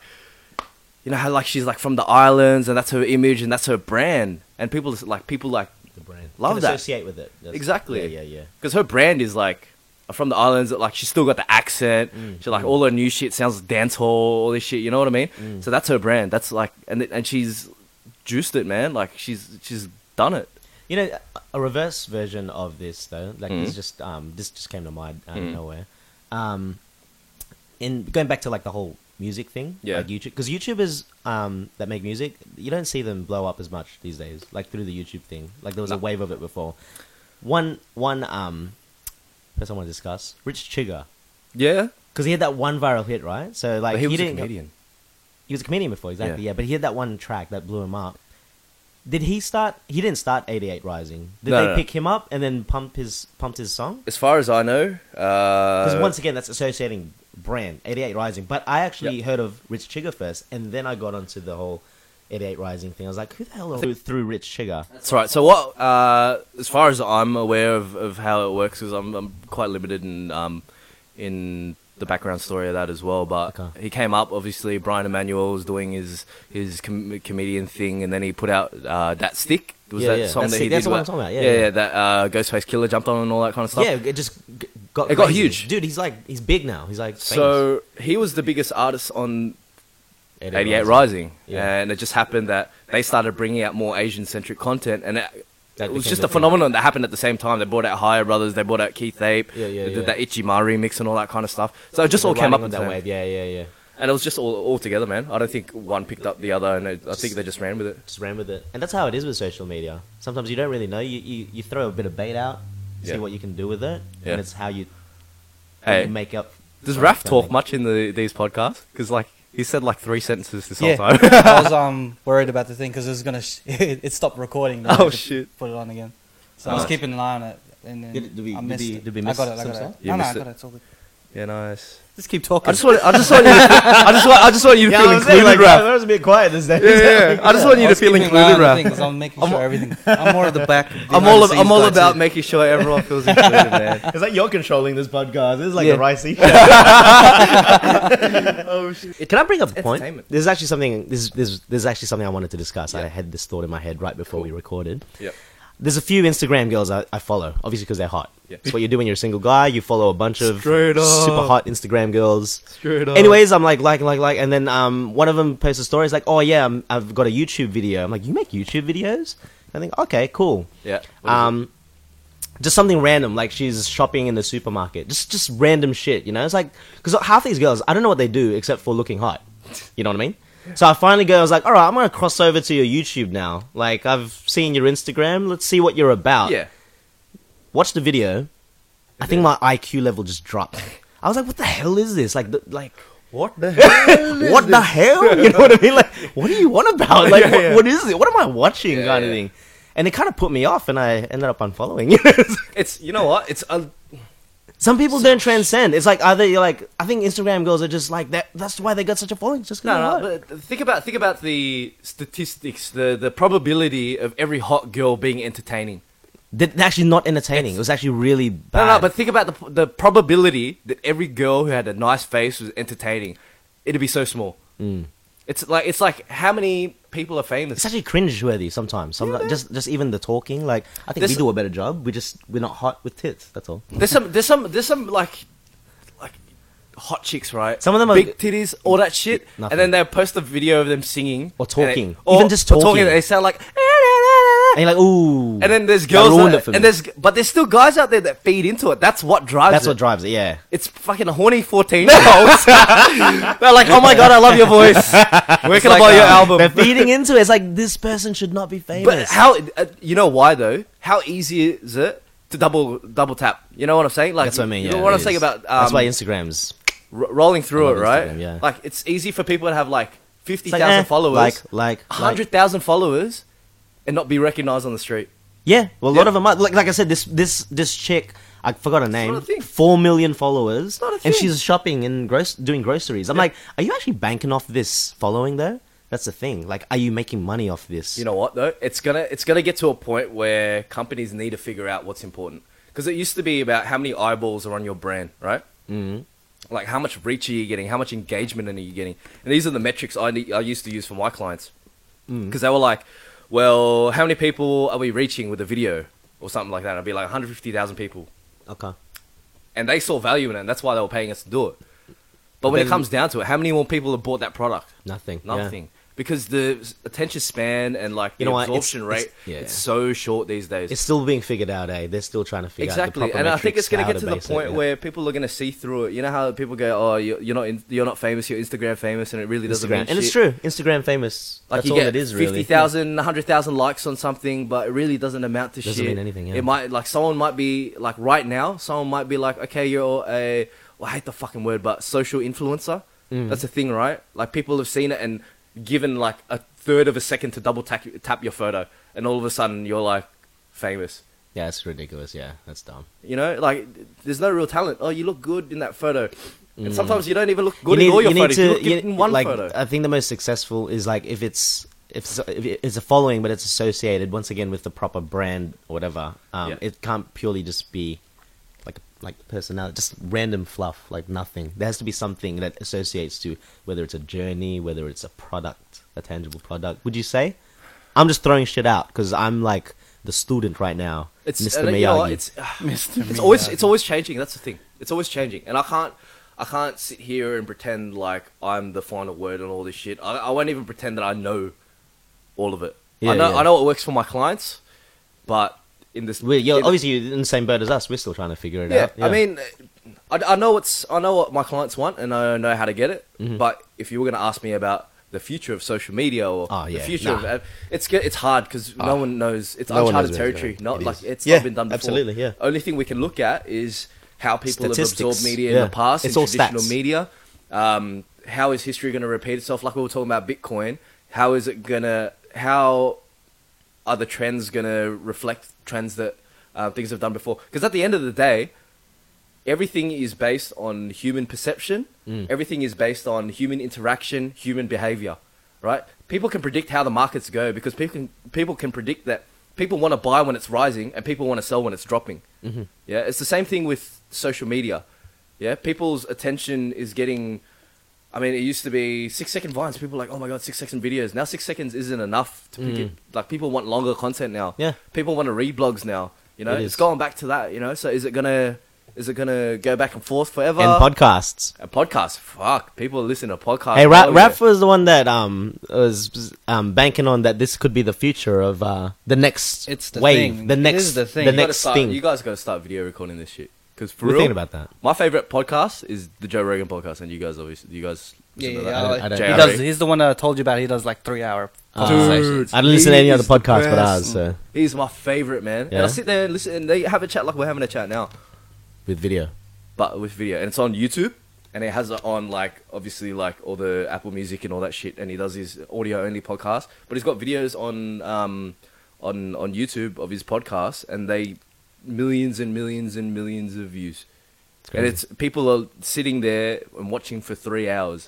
Speaker 3: you know how like she's like from the islands and that's her image and that's her brand and people just, like people like
Speaker 1: The brand.
Speaker 3: Love
Speaker 1: Can
Speaker 3: that.
Speaker 1: Associate with it. That's-
Speaker 3: Exactly.
Speaker 1: Yeah, yeah, yeah.
Speaker 3: because her brand is like from the islands like she's still got the accent
Speaker 1: Mm,
Speaker 3: she like all her new shit sounds dancehall all this shit you know what i mean
Speaker 1: Mm.
Speaker 3: so that's her brand that's like and and she's juiced it man like she's she's done it
Speaker 1: You know, a- a reverse version of this though, like
Speaker 3: Mm.
Speaker 1: this just um, this just came to mind out
Speaker 3: Mm.
Speaker 1: of nowhere. Um, in going back to like the whole music thing,
Speaker 3: Yeah.
Speaker 1: like YouTube, because YouTubers um, that make music, you don't see them blow up as much these days, like through the YouTube thing. Like there was a
Speaker 3: No.
Speaker 1: wave of it before. One one um, person I want to discuss, Rich Chigga,
Speaker 3: yeah
Speaker 1: because he had that one viral hit, right? So like
Speaker 3: but he was a
Speaker 1: didn't-
Speaker 3: comedian
Speaker 1: he was a comedian before, exactly.
Speaker 3: Yeah.
Speaker 1: Yeah. but he had that one track that blew him up. Did he start? He didn't start eighty eight Rising. Did
Speaker 3: No,
Speaker 1: they
Speaker 3: no, no.
Speaker 1: pick him up and then pump his pumped his song?
Speaker 3: as far as i know
Speaker 1: Because
Speaker 3: uh
Speaker 1: once again, that's associating brand eighty eight Rising. But I actually heard of Rich Chigga first, and then I got onto the whole eighty eight Rising thing. I was like, who the hell are through, through Rich Chigga?
Speaker 3: That's right. So what? Uh, as far as I'm aware of, of how it works, because I'm, I'm quite limited in um, in the background story of that as well. But
Speaker 1: Okay.
Speaker 3: he came up obviously. Brian Emanuel was doing his his com- comedian thing, and then he put out uh, that stick. Was
Speaker 1: Yeah,
Speaker 3: that
Speaker 1: yeah.
Speaker 3: song
Speaker 1: That
Speaker 3: that, he
Speaker 1: Stick, that's
Speaker 3: did?
Speaker 1: the one
Speaker 3: with-
Speaker 1: I'm talking about, yeah,
Speaker 3: yeah,
Speaker 1: yeah.
Speaker 3: That uh, Ghostface Killer jumped on and all that kind of stuff.
Speaker 1: Yeah, it just g- got
Speaker 3: It got
Speaker 1: crazy.
Speaker 3: huge.
Speaker 1: dude. He's like he's big now. He's like famous.
Speaker 3: So he was the biggest artist on
Speaker 1: 88
Speaker 3: 88 Rising,
Speaker 1: Yeah.
Speaker 3: and it just happened that they started bringing out more Asian-centric content, and it,
Speaker 1: That
Speaker 3: it was
Speaker 1: became
Speaker 3: just
Speaker 1: the
Speaker 3: a
Speaker 1: thing.
Speaker 3: phenomenon that happened at the same time. They brought out Higher Brothers, they brought out Keith Ape,
Speaker 1: Yeah, yeah,
Speaker 3: they
Speaker 1: yeah.
Speaker 3: did that Ichimar remix and all that kind of stuff. So it just
Speaker 1: They're
Speaker 3: all came
Speaker 1: riding
Speaker 3: up
Speaker 1: on
Speaker 3: in
Speaker 1: that
Speaker 3: time.
Speaker 1: wave. Yeah, yeah, yeah.
Speaker 3: and it was just all, all together, man. I don't think one picked up the other, and it, I think they just ran with it.
Speaker 1: just ran with it. And that's how it is with social media. Sometimes you don't really know. You, you, you throw a bit of bait out,
Speaker 3: Yeah.
Speaker 1: see what you can do with it,
Speaker 3: Yeah.
Speaker 1: and it's how you, how you
Speaker 3: Hey,
Speaker 1: make up.
Speaker 3: does
Speaker 1: for
Speaker 3: Raf
Speaker 1: something.
Speaker 3: talk much in the, these podcasts? Because like he said like three sentences this
Speaker 2: Yeah,
Speaker 3: whole time.
Speaker 2: I was um worried about the thing because it was gonna sh- it, it stopped recording. then I
Speaker 3: Oh,
Speaker 2: had to
Speaker 3: shit.
Speaker 2: Put it on again. So I was
Speaker 3: Oh.
Speaker 2: keeping an eye on it, and then
Speaker 1: Did it- did we-
Speaker 2: I
Speaker 1: did
Speaker 2: missed
Speaker 1: we-
Speaker 2: it.
Speaker 1: did we
Speaker 2: I
Speaker 1: miss
Speaker 2: got it. I
Speaker 1: some
Speaker 2: got
Speaker 1: stuff?
Speaker 2: it.
Speaker 3: You
Speaker 2: No, no, I
Speaker 3: missed
Speaker 2: got
Speaker 3: it.
Speaker 2: it. It's all good.
Speaker 3: yeah, nice.
Speaker 2: Just keep
Speaker 3: I
Speaker 2: talking.
Speaker 3: just want I just want you to, I just want I just want you to
Speaker 1: Yeah,
Speaker 3: feel
Speaker 1: I was saying,
Speaker 3: included,
Speaker 1: like,
Speaker 3: Raf.
Speaker 1: I was a bit quiet this day.
Speaker 3: Yeah, yeah. I just want you
Speaker 2: I
Speaker 3: to
Speaker 2: was
Speaker 3: feel
Speaker 2: keeping an eye
Speaker 3: included,
Speaker 2: on the
Speaker 3: Raf.
Speaker 2: thing 'cause I'm making sure everything. I'm more at the back.
Speaker 3: I'm
Speaker 2: behind
Speaker 3: all,
Speaker 2: the
Speaker 3: ab- I'm
Speaker 2: scenes
Speaker 3: all
Speaker 2: guy,
Speaker 3: about
Speaker 2: too.
Speaker 3: making sure everyone feels included, man.
Speaker 1: It's like you're controlling this podcast. It's like
Speaker 3: Yeah.
Speaker 1: a ricey.
Speaker 3: Oh,
Speaker 1: Can I bring up a point?
Speaker 3: Entertainment.
Speaker 1: This is actually something. This is this, is- this is actually something I wanted to discuss. I had this thought in my head right before we recorded.
Speaker 3: Yep.
Speaker 1: There's a few Instagram girls I, I follow, obviously because they're hot.
Speaker 3: Yeah.
Speaker 1: It's what you do when you're a single guy. You follow a bunch of
Speaker 3: Straight up.
Speaker 1: super hot Instagram girls.
Speaker 3: Straight up.
Speaker 1: Anyways, I'm like, like, like, like, and then um, one of them posts a story. It's like, oh yeah, i I've got a YouTube video. I'm like, you make YouTube videos? I think, okay, cool.
Speaker 3: Yeah.
Speaker 1: Um, just something random, like she's shopping in the supermarket. Just, just random shit, you know. It's like because half these girls, I don't know what they do except for looking hot. You know what I mean? So I finally go. I was like, all right, I'm gonna cross over to your YouTube now. Like I've seen your Instagram. Let's see what
Speaker 3: uh,
Speaker 1: you're about
Speaker 3: yeah.
Speaker 1: watch the video. I think my IQ level just dropped. I was like, what the hell is this? Like, the, like
Speaker 3: What the hell? is
Speaker 1: what the
Speaker 3: this?
Speaker 1: hell? You know what I mean? Like, what are you on about? Like,
Speaker 3: Yeah,
Speaker 1: what,
Speaker 3: yeah.
Speaker 1: what is it? What am I watching?
Speaker 3: Yeah,
Speaker 1: kind of
Speaker 3: yeah.
Speaker 1: thing. And it kind of put me off, and I ended up unfollowing. you know?
Speaker 3: It's you know what? It's uh,
Speaker 1: Some people don't transcend. It's like either you're like, I think Instagram girls are just like that. That's why they got such a following. Just 'cause
Speaker 3: no,
Speaker 1: they
Speaker 3: no. But think about think about the statistics, the the probability of every hot girl being entertaining.
Speaker 1: They're actually not entertaining. It was actually really bad.
Speaker 3: No, no, but think about the the probability that every girl who had a nice face was entertaining. It'd be so small. It's like it's like how many people are famous?
Speaker 1: it's actually cringeworthy sometimes. Some, just, just even the talking. Like, I think we
Speaker 3: This-
Speaker 1: do a better job. We just we're not hot with tits. That's all.
Speaker 3: There's some there's some there's some like like hot chicks, right?
Speaker 1: Some of them are-
Speaker 3: big titties, all that shit,
Speaker 1: Nothing.
Speaker 3: and then they post a video of them singing
Speaker 1: Or
Speaker 3: and they-
Speaker 1: talking.
Speaker 3: or,
Speaker 1: Even just
Speaker 3: or
Speaker 1: talking.
Speaker 3: and they sound like. "Ah,
Speaker 1: And you're like, ooh.
Speaker 3: And then there's
Speaker 1: That
Speaker 3: girls,
Speaker 1: ruined
Speaker 3: that-
Speaker 1: it for me.
Speaker 3: and there's but there's still guys out there that feed into it. That's what drives.
Speaker 1: that's
Speaker 3: it.
Speaker 1: what drives it. Yeah.
Speaker 3: It's fucking horny fourteen year olds. They're like, oh my god, I love your voice. Where can I
Speaker 1: like,
Speaker 3: buy your
Speaker 1: uh,
Speaker 3: album?
Speaker 1: They're feeding into it. It's like this person should not be
Speaker 3: But
Speaker 1: famous.
Speaker 3: how? Uh, you know why though? How easy is it to double double tap? You know what I'm saying? Like
Speaker 1: that's what I mean.
Speaker 3: You
Speaker 1: Yeah,
Speaker 3: know what
Speaker 1: it
Speaker 3: I'm saying
Speaker 1: is.
Speaker 3: about um,
Speaker 1: that's why Instagrams.
Speaker 3: ro- rolling through
Speaker 1: I
Speaker 3: it,
Speaker 1: love
Speaker 3: right?
Speaker 1: Instagram, yeah.
Speaker 3: Like it's easy for people to have like fifty
Speaker 1: It's like,
Speaker 3: thousand
Speaker 1: eh,
Speaker 3: followers,
Speaker 1: like like like-
Speaker 3: hundred thousand followers, and not be recognized on the street.
Speaker 1: Yeah, well, a lot
Speaker 3: Yeah.
Speaker 1: of them. Are, like, like I said, this this this chick, I forgot her name.
Speaker 3: not a thing.
Speaker 1: Four million followers,
Speaker 3: not a
Speaker 1: and
Speaker 3: thing.
Speaker 1: she's shopping and gross doing groceries. I'm like, are you actually banking off this following though? That's the thing. Like, are you making money off this?
Speaker 3: You know what though? It's gonna it's gonna get to a point where companies need to figure out what's important because it used to be about how many eyeballs are on your brand, right? Mm-hmm.
Speaker 1: Mhm.
Speaker 3: Like how much reach are you getting? How much engagement are you getting? And these are the metrics I need, I used to use for my clients because they were like, well, how many people are we reaching with a video or something like that? And I'd be like 150,000 people,
Speaker 1: Okay.
Speaker 3: and they saw value in it, and that's why they were paying us to do it. But when it
Speaker 1: Then-
Speaker 3: comes down to it, how many more people have bought that product?
Speaker 1: Nothing. yeah.
Speaker 3: nothing because the s- attention span and like the
Speaker 1: You know what, it's-
Speaker 3: absorption
Speaker 1: it's-
Speaker 3: rate it's,
Speaker 1: yeah.
Speaker 3: so short these days
Speaker 1: It's still being figured out. Eh? They're still trying to figure out
Speaker 3: exactly
Speaker 1: the
Speaker 3: and i think it's going
Speaker 1: to
Speaker 3: to get to the
Speaker 1: base it,
Speaker 3: point
Speaker 1: yeah.
Speaker 3: where people are going to see through it you know how people go oh you- you're not in, you're not famous you're instagram famous and it really doesn't
Speaker 1: Instagram,
Speaker 3: mean
Speaker 1: and it's
Speaker 3: shit.
Speaker 1: true. Instagram famous.
Speaker 3: like
Speaker 1: That's
Speaker 3: you
Speaker 1: all
Speaker 3: get
Speaker 1: it is really.
Speaker 3: 50,000 100,000 likes on something but it really doesn't amount to
Speaker 1: Doesn't
Speaker 3: shit
Speaker 1: mean anything, yeah.
Speaker 3: it might like someone might be like right now someone might be like okay you're a well, I hate the fucking word but social influencer
Speaker 1: Mm.
Speaker 3: that's the thing right like people have seen it and given like a third of a second to double tap, tap your photo and all of a sudden you're like famous
Speaker 1: Yeah, it's ridiculous. Yeah, that's dumb.
Speaker 3: you know like there's no real talent oh you look good in that photo and sometimes you don't even look good
Speaker 1: Mm. you need,
Speaker 3: in all your
Speaker 1: you need
Speaker 3: photos
Speaker 1: to
Speaker 3: you look good
Speaker 1: you-
Speaker 3: in one
Speaker 1: like,
Speaker 3: photo
Speaker 1: I think the most successful is like if it's if it's, if it's a following, but it's associated once again with the proper brand or whatever. Um,
Speaker 3: Yeah.
Speaker 1: It can't purely just be like like personality, just random fluff, like nothing. There has to be something that associates to whether it's a journey, whether it's a product, a tangible product. Would you say? I'm just throwing shit out because I'm like the student right now.
Speaker 3: It's
Speaker 1: Mr.
Speaker 3: and
Speaker 1: Miyagi.
Speaker 3: you know what, it's ah,
Speaker 2: Mr.
Speaker 3: it's always it's always changing. That's the thing. It's always changing, and I can't I can't sit here and pretend like I'm the final word on all this shit. I, I won't even pretend that I know all of it.
Speaker 1: Yeah,
Speaker 3: I know
Speaker 1: yeah.
Speaker 3: I know what works for my clients, but in this
Speaker 1: We're, you're,
Speaker 3: in-
Speaker 1: obviously, you're in the same boat as us. We're still trying to figure it
Speaker 3: yeah,
Speaker 1: out.
Speaker 3: I mean, I, I know what's I know what my clients want, and I know how to get it.
Speaker 1: Mm-hmm.
Speaker 3: But if you were going to ask me about the future of social media or
Speaker 1: Oh, yeah,
Speaker 3: the future
Speaker 1: nah.
Speaker 3: of it's ge- it's hard because
Speaker 1: Ah.
Speaker 3: no one knows it's
Speaker 1: No one
Speaker 3: uncharted
Speaker 1: knows where it's
Speaker 3: territory.
Speaker 1: going.
Speaker 3: Not
Speaker 1: It
Speaker 3: like
Speaker 1: is.
Speaker 3: it's
Speaker 1: Yeah,
Speaker 3: not been done before.
Speaker 1: absolutely, yeah.
Speaker 3: Only thing we can look at is how people have
Speaker 1: Statistics,
Speaker 3: absorbed media
Speaker 1: yeah.
Speaker 3: in the past
Speaker 1: It's
Speaker 3: in
Speaker 1: all
Speaker 3: traditional
Speaker 1: stats.
Speaker 3: media. Um, how is history going to repeat itself? Like we were talking about Bitcoin, how is it going to how are the trends going to reflect trends that uh, things have done before? Because at the end of the day, everything is based on human perception.
Speaker 1: Hmm.
Speaker 3: Everything is based on human interaction, human behavior, right? People can predict how the markets go because people can, people can predict that people want to buy when it's rising and people want to sell when it's dropping. Mm-hmm. Yeah, it's the same thing with social media. Yeah, people's attention is getting. I mean, it used to be six second vines. People were like, oh my god, six second videos. Now six seconds isn't enough to pick it. Like people want longer content now.
Speaker 1: Mm. Yeah.
Speaker 3: people want to reblogs now. You know,
Speaker 1: It
Speaker 3: it's
Speaker 1: is.
Speaker 3: gone back to that. You know, so is it gonna is it gonna go back and forth forever?
Speaker 1: and podcasts.
Speaker 3: A podcast, fuck. People listen to podcasts.
Speaker 1: Hey, Ra-
Speaker 3: Oh, yeah.
Speaker 1: Raph was the one that um was um banking on that this could be the future of uh the next
Speaker 2: It's the
Speaker 1: wave,
Speaker 2: thing.
Speaker 1: the
Speaker 2: It
Speaker 1: next
Speaker 2: is the thing.
Speaker 1: the
Speaker 3: You gotta
Speaker 1: next
Speaker 3: start-
Speaker 1: thing.
Speaker 3: You guys got to start video recording this shit because for
Speaker 1: We're
Speaker 3: real,
Speaker 1: thinking about that.
Speaker 3: My favorite podcast is the Joe Rogan podcast, and you guys obviously, you guys,
Speaker 2: Yeah,
Speaker 3: listen
Speaker 2: yeah,
Speaker 3: to
Speaker 2: yeah,
Speaker 3: that.
Speaker 2: I like-
Speaker 1: I don't-
Speaker 2: he
Speaker 1: JRE.
Speaker 2: does. He's the one that I told you about. He does like three hour.
Speaker 1: Uh,
Speaker 2: conversations.
Speaker 1: I don't listen to
Speaker 3: He
Speaker 1: any other
Speaker 3: is the
Speaker 1: podcast but uh,
Speaker 3: best.
Speaker 1: ours so,
Speaker 3: He's my favorite man, and
Speaker 1: Yeah?
Speaker 3: I sit there and listen, and they have a chat like we're having a chat now.
Speaker 1: with video.
Speaker 3: but with video, and it's on YouTube, and it has it on like obviously like all the Apple Music and all that shit, and he does his audio only podcast, but he's got videos on um on on YouTube of his podcast, and they millions and millions and millions of views, and
Speaker 1: crazy.
Speaker 3: it's people are sitting there and watching for three hours.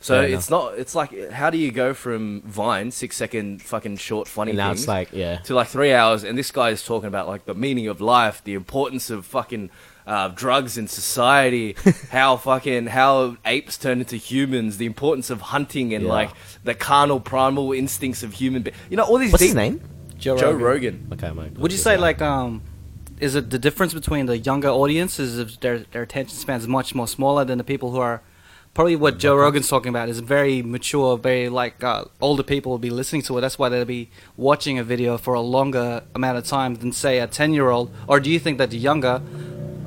Speaker 3: So
Speaker 1: Fair
Speaker 3: it's not. It's like how do you go from Vine six second fucking short funny
Speaker 1: And now
Speaker 3: things
Speaker 1: it's like, yeah.
Speaker 3: to like three hours, and this guy is talking about like the meaning of life, the importance of fucking uh, drugs in society, how fucking how apes turn into humans, the importance of hunting, and
Speaker 1: Yeah.
Speaker 3: like the carnal primal instincts of human. Be- you know all these.
Speaker 1: What's his
Speaker 3: deep-
Speaker 1: name?
Speaker 2: Joe,
Speaker 3: Joe
Speaker 2: Rogan.
Speaker 3: Rogan.
Speaker 1: Okay, Mike.
Speaker 2: Would you say like um, is it the difference between the younger audience is if their their attention span is much more smaller than the people who are probably what Joe Rogan's talking about is very mature, very like uh, older people will be listening to it. That's why they'll be watching a video for a longer amount of time than say a ten year old. Or do you think that the younger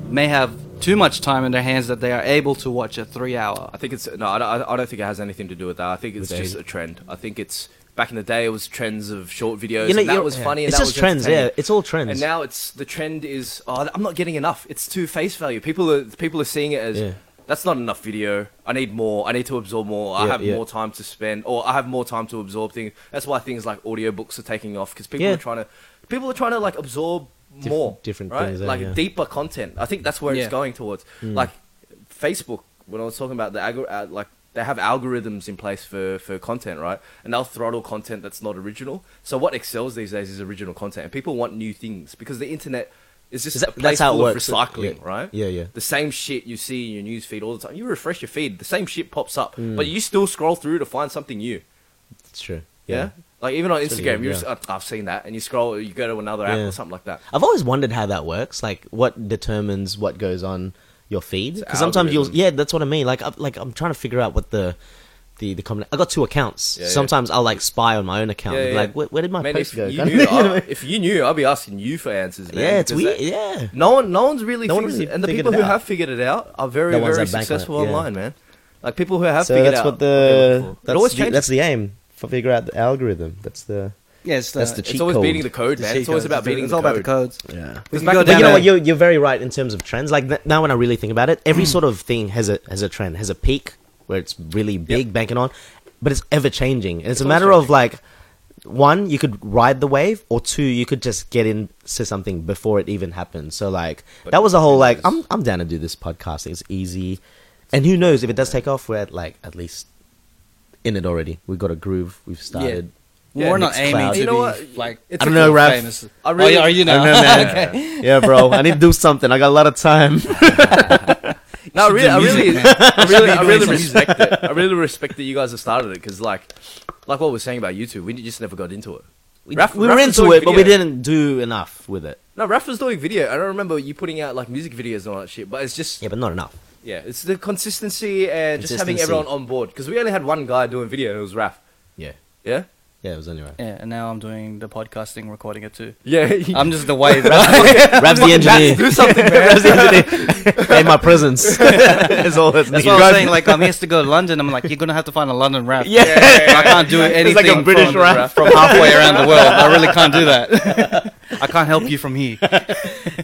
Speaker 2: may have too much time in their hands that they are able to watch a three hour?
Speaker 3: I think it's no. I don't, I don't think it has anything to do with that. I think it's
Speaker 1: With
Speaker 3: just
Speaker 1: age.
Speaker 3: a trend. I think it's back in the day it was trends of short videos.
Speaker 1: You know,
Speaker 3: and that
Speaker 1: you're-
Speaker 3: was funny. And
Speaker 1: It's
Speaker 3: that
Speaker 1: just
Speaker 3: was
Speaker 1: trends, yeah.
Speaker 3: entertaining.
Speaker 1: It's all trends.
Speaker 3: And now it's the trend is oh, I'm not getting enough. It's too face value. People are people are seeing it as
Speaker 1: Yeah.
Speaker 3: that's not enough video. I need more. I need to absorb more. I
Speaker 1: Yeah,
Speaker 3: have
Speaker 1: yeah.
Speaker 3: more time to spend, or I have more time to absorb things. That's why things like audiobooks are taking off because people
Speaker 1: Yeah.
Speaker 3: are trying to people are trying to like absorb
Speaker 1: Diff-
Speaker 3: more
Speaker 1: different
Speaker 3: right?
Speaker 1: things, eh,
Speaker 3: like
Speaker 1: yeah.
Speaker 3: deeper content. I think that's where
Speaker 2: Yeah.
Speaker 3: it's going towards.
Speaker 1: Hmm.
Speaker 3: Like Facebook, when I was talking about the algor- uh, like they have algorithms in place for for content, right? And they'll throttle content that's not original. So what excels these days is original content, and people want new things because the internet is just
Speaker 1: Is that-
Speaker 3: a place
Speaker 1: that's how it
Speaker 3: full of
Speaker 1: works.
Speaker 3: recycling,
Speaker 1: Yeah.
Speaker 3: right?
Speaker 1: Yeah, yeah.
Speaker 3: The same shit you see in your news feed all the time. You refresh your feed, the same shit pops up,
Speaker 1: Hmm.
Speaker 3: but you still scroll through to find something new.
Speaker 1: it's true.
Speaker 3: Yeah.
Speaker 1: yeah.
Speaker 3: Like even on
Speaker 1: It's really
Speaker 3: Instagram,
Speaker 1: good,
Speaker 3: you're
Speaker 1: yeah.
Speaker 3: just, "Oh, I've seen that, and you scroll, you go to another app
Speaker 1: Yeah.
Speaker 3: or something like that.
Speaker 1: I've always wondered how that works. Like, what determines what goes on your feed?
Speaker 3: It's
Speaker 1: Because sometimes you'll,
Speaker 3: algorithm.
Speaker 1: yeah, that's what I mean. Like, I, like I'm trying to figure out what the the the common. I got two accounts.
Speaker 3: Yeah, yeah.
Speaker 1: sometimes I'll like spy on my own account.
Speaker 3: Yeah,
Speaker 1: and be
Speaker 3: yeah.
Speaker 1: Like, where, where did my
Speaker 3: Man,
Speaker 1: post
Speaker 3: if
Speaker 1: go?
Speaker 3: you,
Speaker 1: Kind of
Speaker 3: knew,
Speaker 1: thing, you know
Speaker 3: I,
Speaker 1: what I mean?
Speaker 3: if you knew, I'd be asking you for answers. Man,
Speaker 1: yeah, it's
Speaker 3: because
Speaker 1: weird.
Speaker 3: that-
Speaker 1: yeah,
Speaker 3: No one, no one's really,
Speaker 1: No one
Speaker 3: figured
Speaker 1: really
Speaker 3: it, and the
Speaker 1: figured
Speaker 3: people
Speaker 1: it
Speaker 3: who
Speaker 1: out.
Speaker 3: have figured it out are very,
Speaker 1: The ones
Speaker 3: very
Speaker 1: that bank on it,
Speaker 3: successful
Speaker 1: yeah.
Speaker 3: online, man. Like people who have
Speaker 1: so
Speaker 3: figured
Speaker 1: that's
Speaker 3: out
Speaker 1: what
Speaker 3: they're
Speaker 1: the
Speaker 3: looking for. It
Speaker 1: that's
Speaker 3: always
Speaker 1: the,
Speaker 3: changes.
Speaker 1: that's the aim. For figure out the algorithm. That's the
Speaker 2: Yes,
Speaker 1: that's the cheat
Speaker 3: it's always
Speaker 1: code.
Speaker 3: beating the code, man. It's always about beating
Speaker 2: It's
Speaker 3: the
Speaker 2: all
Speaker 3: code.
Speaker 2: about the codes.
Speaker 1: yeah.
Speaker 2: We can
Speaker 3: Because back
Speaker 2: go
Speaker 3: in the
Speaker 1: But
Speaker 2: down
Speaker 1: you know
Speaker 2: that-
Speaker 1: what? You're, you're very right in terms of trends. Like th- now, when I really think about it, every sort of thing has a has a trend, has a peak where it's really big, banking on, but it's ever changing. And it's, a
Speaker 3: always
Speaker 1: matter of like one, you could ride the wave, or two, you could just get into something before it even happens. So like
Speaker 3: But
Speaker 1: that was a whole
Speaker 3: it
Speaker 1: like
Speaker 3: is-
Speaker 1: I'm I'm down to do this podcast. It's easy, and who knows if it does take off? We're at like at least in it already. We've got a groove. We've started.
Speaker 3: Yeah,
Speaker 2: We're not
Speaker 1: Mixcloud.
Speaker 2: aiming to
Speaker 3: You know
Speaker 2: be
Speaker 3: what?
Speaker 2: like.
Speaker 3: It's I
Speaker 1: don't a know, cool Raph.
Speaker 2: Famous.
Speaker 1: famous-
Speaker 2: I
Speaker 3: really-
Speaker 2: are Oh, you
Speaker 1: I
Speaker 2: now?
Speaker 1: don't know, man. Yeah, bro. I need to do something. I got a lot of time.
Speaker 3: No, I
Speaker 2: should
Speaker 3: really,
Speaker 2: do
Speaker 3: I really,
Speaker 2: music, man.
Speaker 3: I really, I
Speaker 2: doing
Speaker 3: really
Speaker 2: some
Speaker 3: respect it. I really respect that you guys have started it because, like, like what we're saying about YouTube, we just never got into it.
Speaker 1: We,
Speaker 3: Raph-
Speaker 1: we
Speaker 3: Raph
Speaker 1: were
Speaker 3: was
Speaker 1: into
Speaker 3: doing
Speaker 1: it, but we
Speaker 3: video.
Speaker 1: didn't do enough with it.
Speaker 3: No, Raph was doing video. and I don't remember you putting out like music videos and all that shit. But it's just
Speaker 1: Yeah, but not enough.
Speaker 3: Yeah, it's the consistency and just having
Speaker 1: Consistency.
Speaker 3: everyone on board. Because we only had one guy doing video, and it was Raph.
Speaker 1: Yeah.
Speaker 3: Yeah?
Speaker 1: Yeah, it was anyway.
Speaker 2: Yeah, and now I'm doing the podcasting, recording it too.
Speaker 3: Yeah.
Speaker 2: I'm just the wave.
Speaker 1: Rav's the engineer.
Speaker 3: do something, man.
Speaker 1: Rav's the engineer. In my presence. that's all that's,
Speaker 2: That's
Speaker 1: needed.
Speaker 2: what I'm saying. Like, I'm to go to London. I'm like, you're gonna have to find a London rap.
Speaker 1: Yeah.
Speaker 2: I can't do anything.
Speaker 1: It's like a British
Speaker 2: from,
Speaker 1: rap.
Speaker 2: from halfway around the world. I really can't do that. I can't help you from here.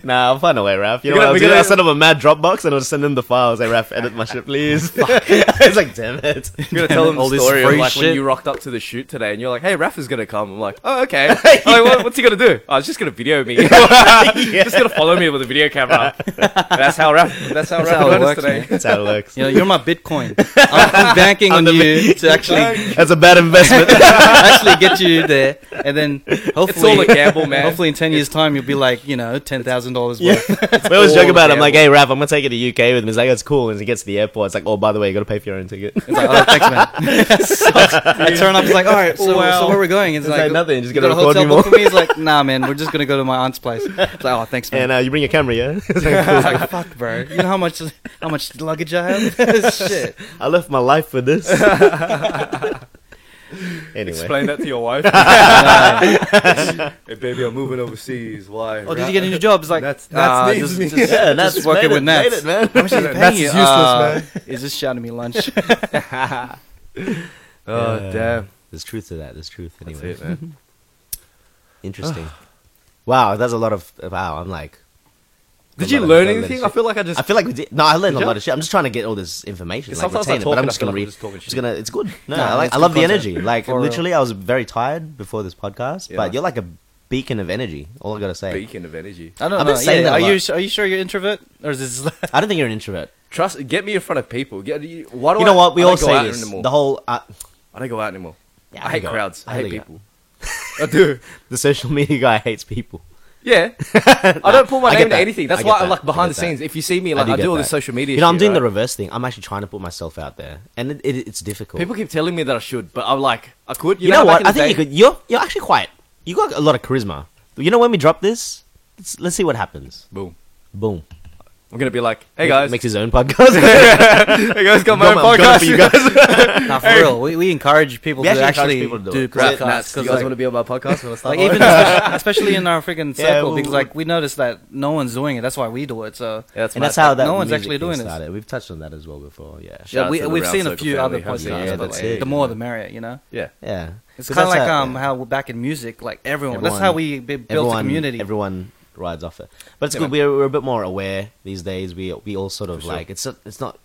Speaker 1: Nah, I'll find a way, Raph. You know
Speaker 3: We're
Speaker 1: what
Speaker 3: gonna-
Speaker 1: I'll
Speaker 3: we're
Speaker 1: do?
Speaker 3: gonna-
Speaker 1: I'll send him a mad Dropbox and I'll just send him the files. Hey, Raph, edit my shit, please. Fuck. it's like, damn it.
Speaker 3: I'm gonna tell them
Speaker 2: All
Speaker 3: the
Speaker 2: this
Speaker 3: story of
Speaker 2: free
Speaker 3: like when
Speaker 2: shit.
Speaker 3: you rocked up to the shoot today, and you're like, "Hey, Raph is gonna come." I'm like, "Oh, okay. I'm like, what, what's he gonna do? Oh, he's just gonna video me. Just gonna follow me with a video camera." that's how Raph. That's how
Speaker 2: That's
Speaker 3: Raph
Speaker 2: how it
Speaker 3: learned us
Speaker 2: works,
Speaker 3: today.
Speaker 2: man.
Speaker 1: That's how it looks.
Speaker 2: You know, you're my Bitcoin. I'm, I'm banking on
Speaker 1: the
Speaker 2: you to actually
Speaker 1: That's a bad investment.
Speaker 2: actually get you there, and then hopefully
Speaker 3: It's all a gamble, man.
Speaker 2: Hopefully, in ten years' time, you'll be like, you know, ten thousand dollars worth.
Speaker 1: we always
Speaker 3: all
Speaker 1: joke about it. I'm
Speaker 3: gamble.
Speaker 1: like, hey, Raph, I'm going to take you to UK with me. He's like, that's cool. And he gets to the airport. It's like, oh, by the way, you got to pay for your own ticket.
Speaker 2: It's like, oh, thanks, man. I turn up. It's like, all right, so,
Speaker 1: Wow.
Speaker 2: so where are we going? It's,
Speaker 1: It's like, nothing, just
Speaker 2: "You
Speaker 1: gonna
Speaker 2: got a
Speaker 1: record
Speaker 2: hotel
Speaker 1: me more."
Speaker 2: book for me. He's like, nah, man, we're just gonna go to my aunt's place. It's like, oh, thanks, man.
Speaker 1: And uh, you bring your camera, yeah? It's like,
Speaker 2: I was like, fuck, bro. You know how much how much luggage I have? Shit.
Speaker 1: I left my life for this. anyway,
Speaker 3: Explain that to your wife. hey, baby, I'm moving overseas. Why?
Speaker 2: Oh, did you get a new job? It's like,
Speaker 3: That's-
Speaker 2: nah,
Speaker 3: that's
Speaker 2: just,
Speaker 3: needs
Speaker 2: just,
Speaker 1: yeah,
Speaker 2: just
Speaker 1: Nats
Speaker 2: working
Speaker 1: made
Speaker 2: with
Speaker 1: it,
Speaker 2: Nats.
Speaker 1: made it, man.
Speaker 2: How much is he paying
Speaker 4: Nats
Speaker 2: you?
Speaker 4: is useless,
Speaker 2: Uh,
Speaker 4: man.
Speaker 2: He's just shouting me lunch.
Speaker 3: Oh,
Speaker 1: Yeah.
Speaker 3: damn.
Speaker 1: Uh, There's truth to that. There's truth.
Speaker 3: That's
Speaker 1: Anyway,
Speaker 3: it, man.
Speaker 1: interesting. wow, that's a lot of wow. I'm like,
Speaker 3: Did
Speaker 1: a
Speaker 3: you
Speaker 1: lot of-
Speaker 3: learn
Speaker 1: I learned
Speaker 3: anything?
Speaker 1: shit.
Speaker 3: I feel like I just.
Speaker 1: I feel like we did. No, I learned
Speaker 3: Did
Speaker 1: a
Speaker 3: you?
Speaker 1: lot of shit. I'm just trying to get all this information, like
Speaker 3: Sometimes I
Speaker 1: retain it. But
Speaker 3: talk
Speaker 1: I'm
Speaker 3: and I
Speaker 1: just
Speaker 3: feel
Speaker 1: gonna
Speaker 3: like I'm
Speaker 1: read.
Speaker 3: just talking
Speaker 1: just
Speaker 3: shit.
Speaker 1: gonna. It's good. No,
Speaker 2: Nah,
Speaker 1: I, like,
Speaker 2: it's
Speaker 1: I love the
Speaker 2: good content.
Speaker 1: energy. Like
Speaker 2: For real.
Speaker 1: literally, I was very tired before this podcast.
Speaker 3: Yeah.
Speaker 1: But you're like a beacon of energy. All I gotta say.
Speaker 3: Beacon of energy.
Speaker 2: I don't
Speaker 1: I've
Speaker 2: know.
Speaker 1: been saying
Speaker 2: yeah,
Speaker 1: that a
Speaker 2: are you
Speaker 1: lot.
Speaker 2: su- are you sure you're introvert or is this?
Speaker 1: I don't think you're an introvert.
Speaker 3: Trust. Get me in front of people. Get you. Why do
Speaker 1: You
Speaker 3: I,
Speaker 1: know what? We
Speaker 3: I don't
Speaker 1: all
Speaker 3: go
Speaker 1: say
Speaker 3: out
Speaker 1: this.
Speaker 3: Anymore.
Speaker 1: The whole. Uh,
Speaker 3: I don't go out anymore.
Speaker 1: yeah,
Speaker 3: I hate
Speaker 1: go-
Speaker 3: crowds. I, hate
Speaker 1: think-
Speaker 3: people. I do.
Speaker 1: The social media guy hates people.
Speaker 3: Yeah. I don't put my
Speaker 1: I get
Speaker 3: name into
Speaker 1: that.
Speaker 3: anything. That's
Speaker 1: I get
Speaker 3: why I
Speaker 1: that.
Speaker 3: like
Speaker 1: I
Speaker 3: behind the
Speaker 1: get that.
Speaker 3: scenes. If you see me, like I do,
Speaker 1: get
Speaker 3: all
Speaker 1: that.
Speaker 3: this social media.
Speaker 1: You know, I'm
Speaker 3: shit,
Speaker 1: doing the
Speaker 3: right?
Speaker 1: reverse thing. I'm actually trying to put myself out there, and it, it, it's difficult.
Speaker 3: People keep telling me that I should, but I'm like, I could. You,
Speaker 1: you, know, what?
Speaker 3: back in
Speaker 1: I
Speaker 3: the
Speaker 1: think you
Speaker 3: day-
Speaker 1: could. You're you're actually quiet. You got a lot of charisma. You know, when we drop this, let's, let's see what happens.
Speaker 3: Boom.
Speaker 1: Boom.
Speaker 3: I'm gonna be like, hey guys,
Speaker 1: makes his own podcast.
Speaker 3: hey guys, got my
Speaker 1: Got
Speaker 3: own
Speaker 1: my- got it
Speaker 3: podcast.
Speaker 1: for
Speaker 3: You
Speaker 1: you
Speaker 3: guys,
Speaker 2: Nah, for real. We, we encourage people
Speaker 1: We
Speaker 2: to
Speaker 1: actually encourage
Speaker 2: actually
Speaker 1: people to do
Speaker 2: do
Speaker 1: it. Right,
Speaker 2: podcasts 'cause, like,
Speaker 3: be on my podcast when I
Speaker 2: like even especially, especially in our freaking
Speaker 1: Yeah,
Speaker 2: circle
Speaker 1: we-
Speaker 2: because like we notice that no one's doing it. That's why we do it. So
Speaker 3: that's
Speaker 1: and that's how that
Speaker 2: no one's
Speaker 1: music
Speaker 2: actually
Speaker 1: thing
Speaker 2: doing this.
Speaker 1: started. We've touched on that as well before. Yeah.
Speaker 3: Shout
Speaker 2: yeah,
Speaker 3: out
Speaker 2: we,
Speaker 3: to the
Speaker 2: we've
Speaker 3: Round
Speaker 2: seen a
Speaker 3: Circle
Speaker 2: few
Speaker 3: family,
Speaker 2: other
Speaker 3: how's it
Speaker 2: podcasts,
Speaker 1: going? Yeah,
Speaker 2: but
Speaker 1: that's
Speaker 2: like,
Speaker 1: it,
Speaker 2: the
Speaker 1: you
Speaker 2: more
Speaker 1: know.
Speaker 2: the merrier. You know,
Speaker 3: yeah.
Speaker 1: Yeah.
Speaker 2: it's
Speaker 1: 'Cause
Speaker 2: kind of
Speaker 1: that's
Speaker 2: like
Speaker 1: how-
Speaker 2: um
Speaker 1: yeah.
Speaker 2: how we're back in music, like
Speaker 3: Oh,
Speaker 2: everyone. that's
Speaker 1: Everyone-
Speaker 2: how we b- built a community.
Speaker 1: Everyone rides off it, but it's
Speaker 3: Yeah,
Speaker 1: good.
Speaker 3: man.
Speaker 1: We're, we're a bit more aware these days. We we all sort of
Speaker 3: For sure.
Speaker 1: like it's it's not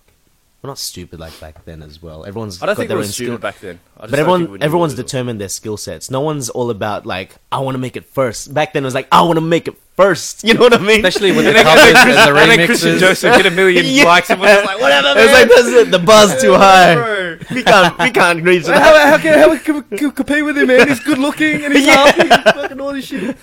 Speaker 1: we're not stupid like back then as well. Everyone's
Speaker 3: I don't
Speaker 1: got
Speaker 3: think
Speaker 1: their
Speaker 3: we were
Speaker 1: own skill.
Speaker 3: stupid back then. I
Speaker 1: But
Speaker 3: just don't think we
Speaker 1: everyone,
Speaker 3: knew
Speaker 1: everyone's
Speaker 3: what it was.
Speaker 1: determined their skill sets. No one's all about like I want to make it first. Back then, it was like I want to make it first. You know what I mean?
Speaker 2: Especially with the
Speaker 3: And then-
Speaker 2: covers and the
Speaker 3: and then Christian
Speaker 2: remixes.
Speaker 3: Joseph get a million
Speaker 1: Yeah.
Speaker 3: likes, and we're just like, whatever,
Speaker 1: It's
Speaker 3: man.
Speaker 1: like that's it. The buzz too high.
Speaker 3: Bro.
Speaker 1: We can't. We can't reach
Speaker 3: How,
Speaker 1: that.
Speaker 3: how can, how can we co- compete with him, man? He's good looking and he's happy, and fucking all this shit.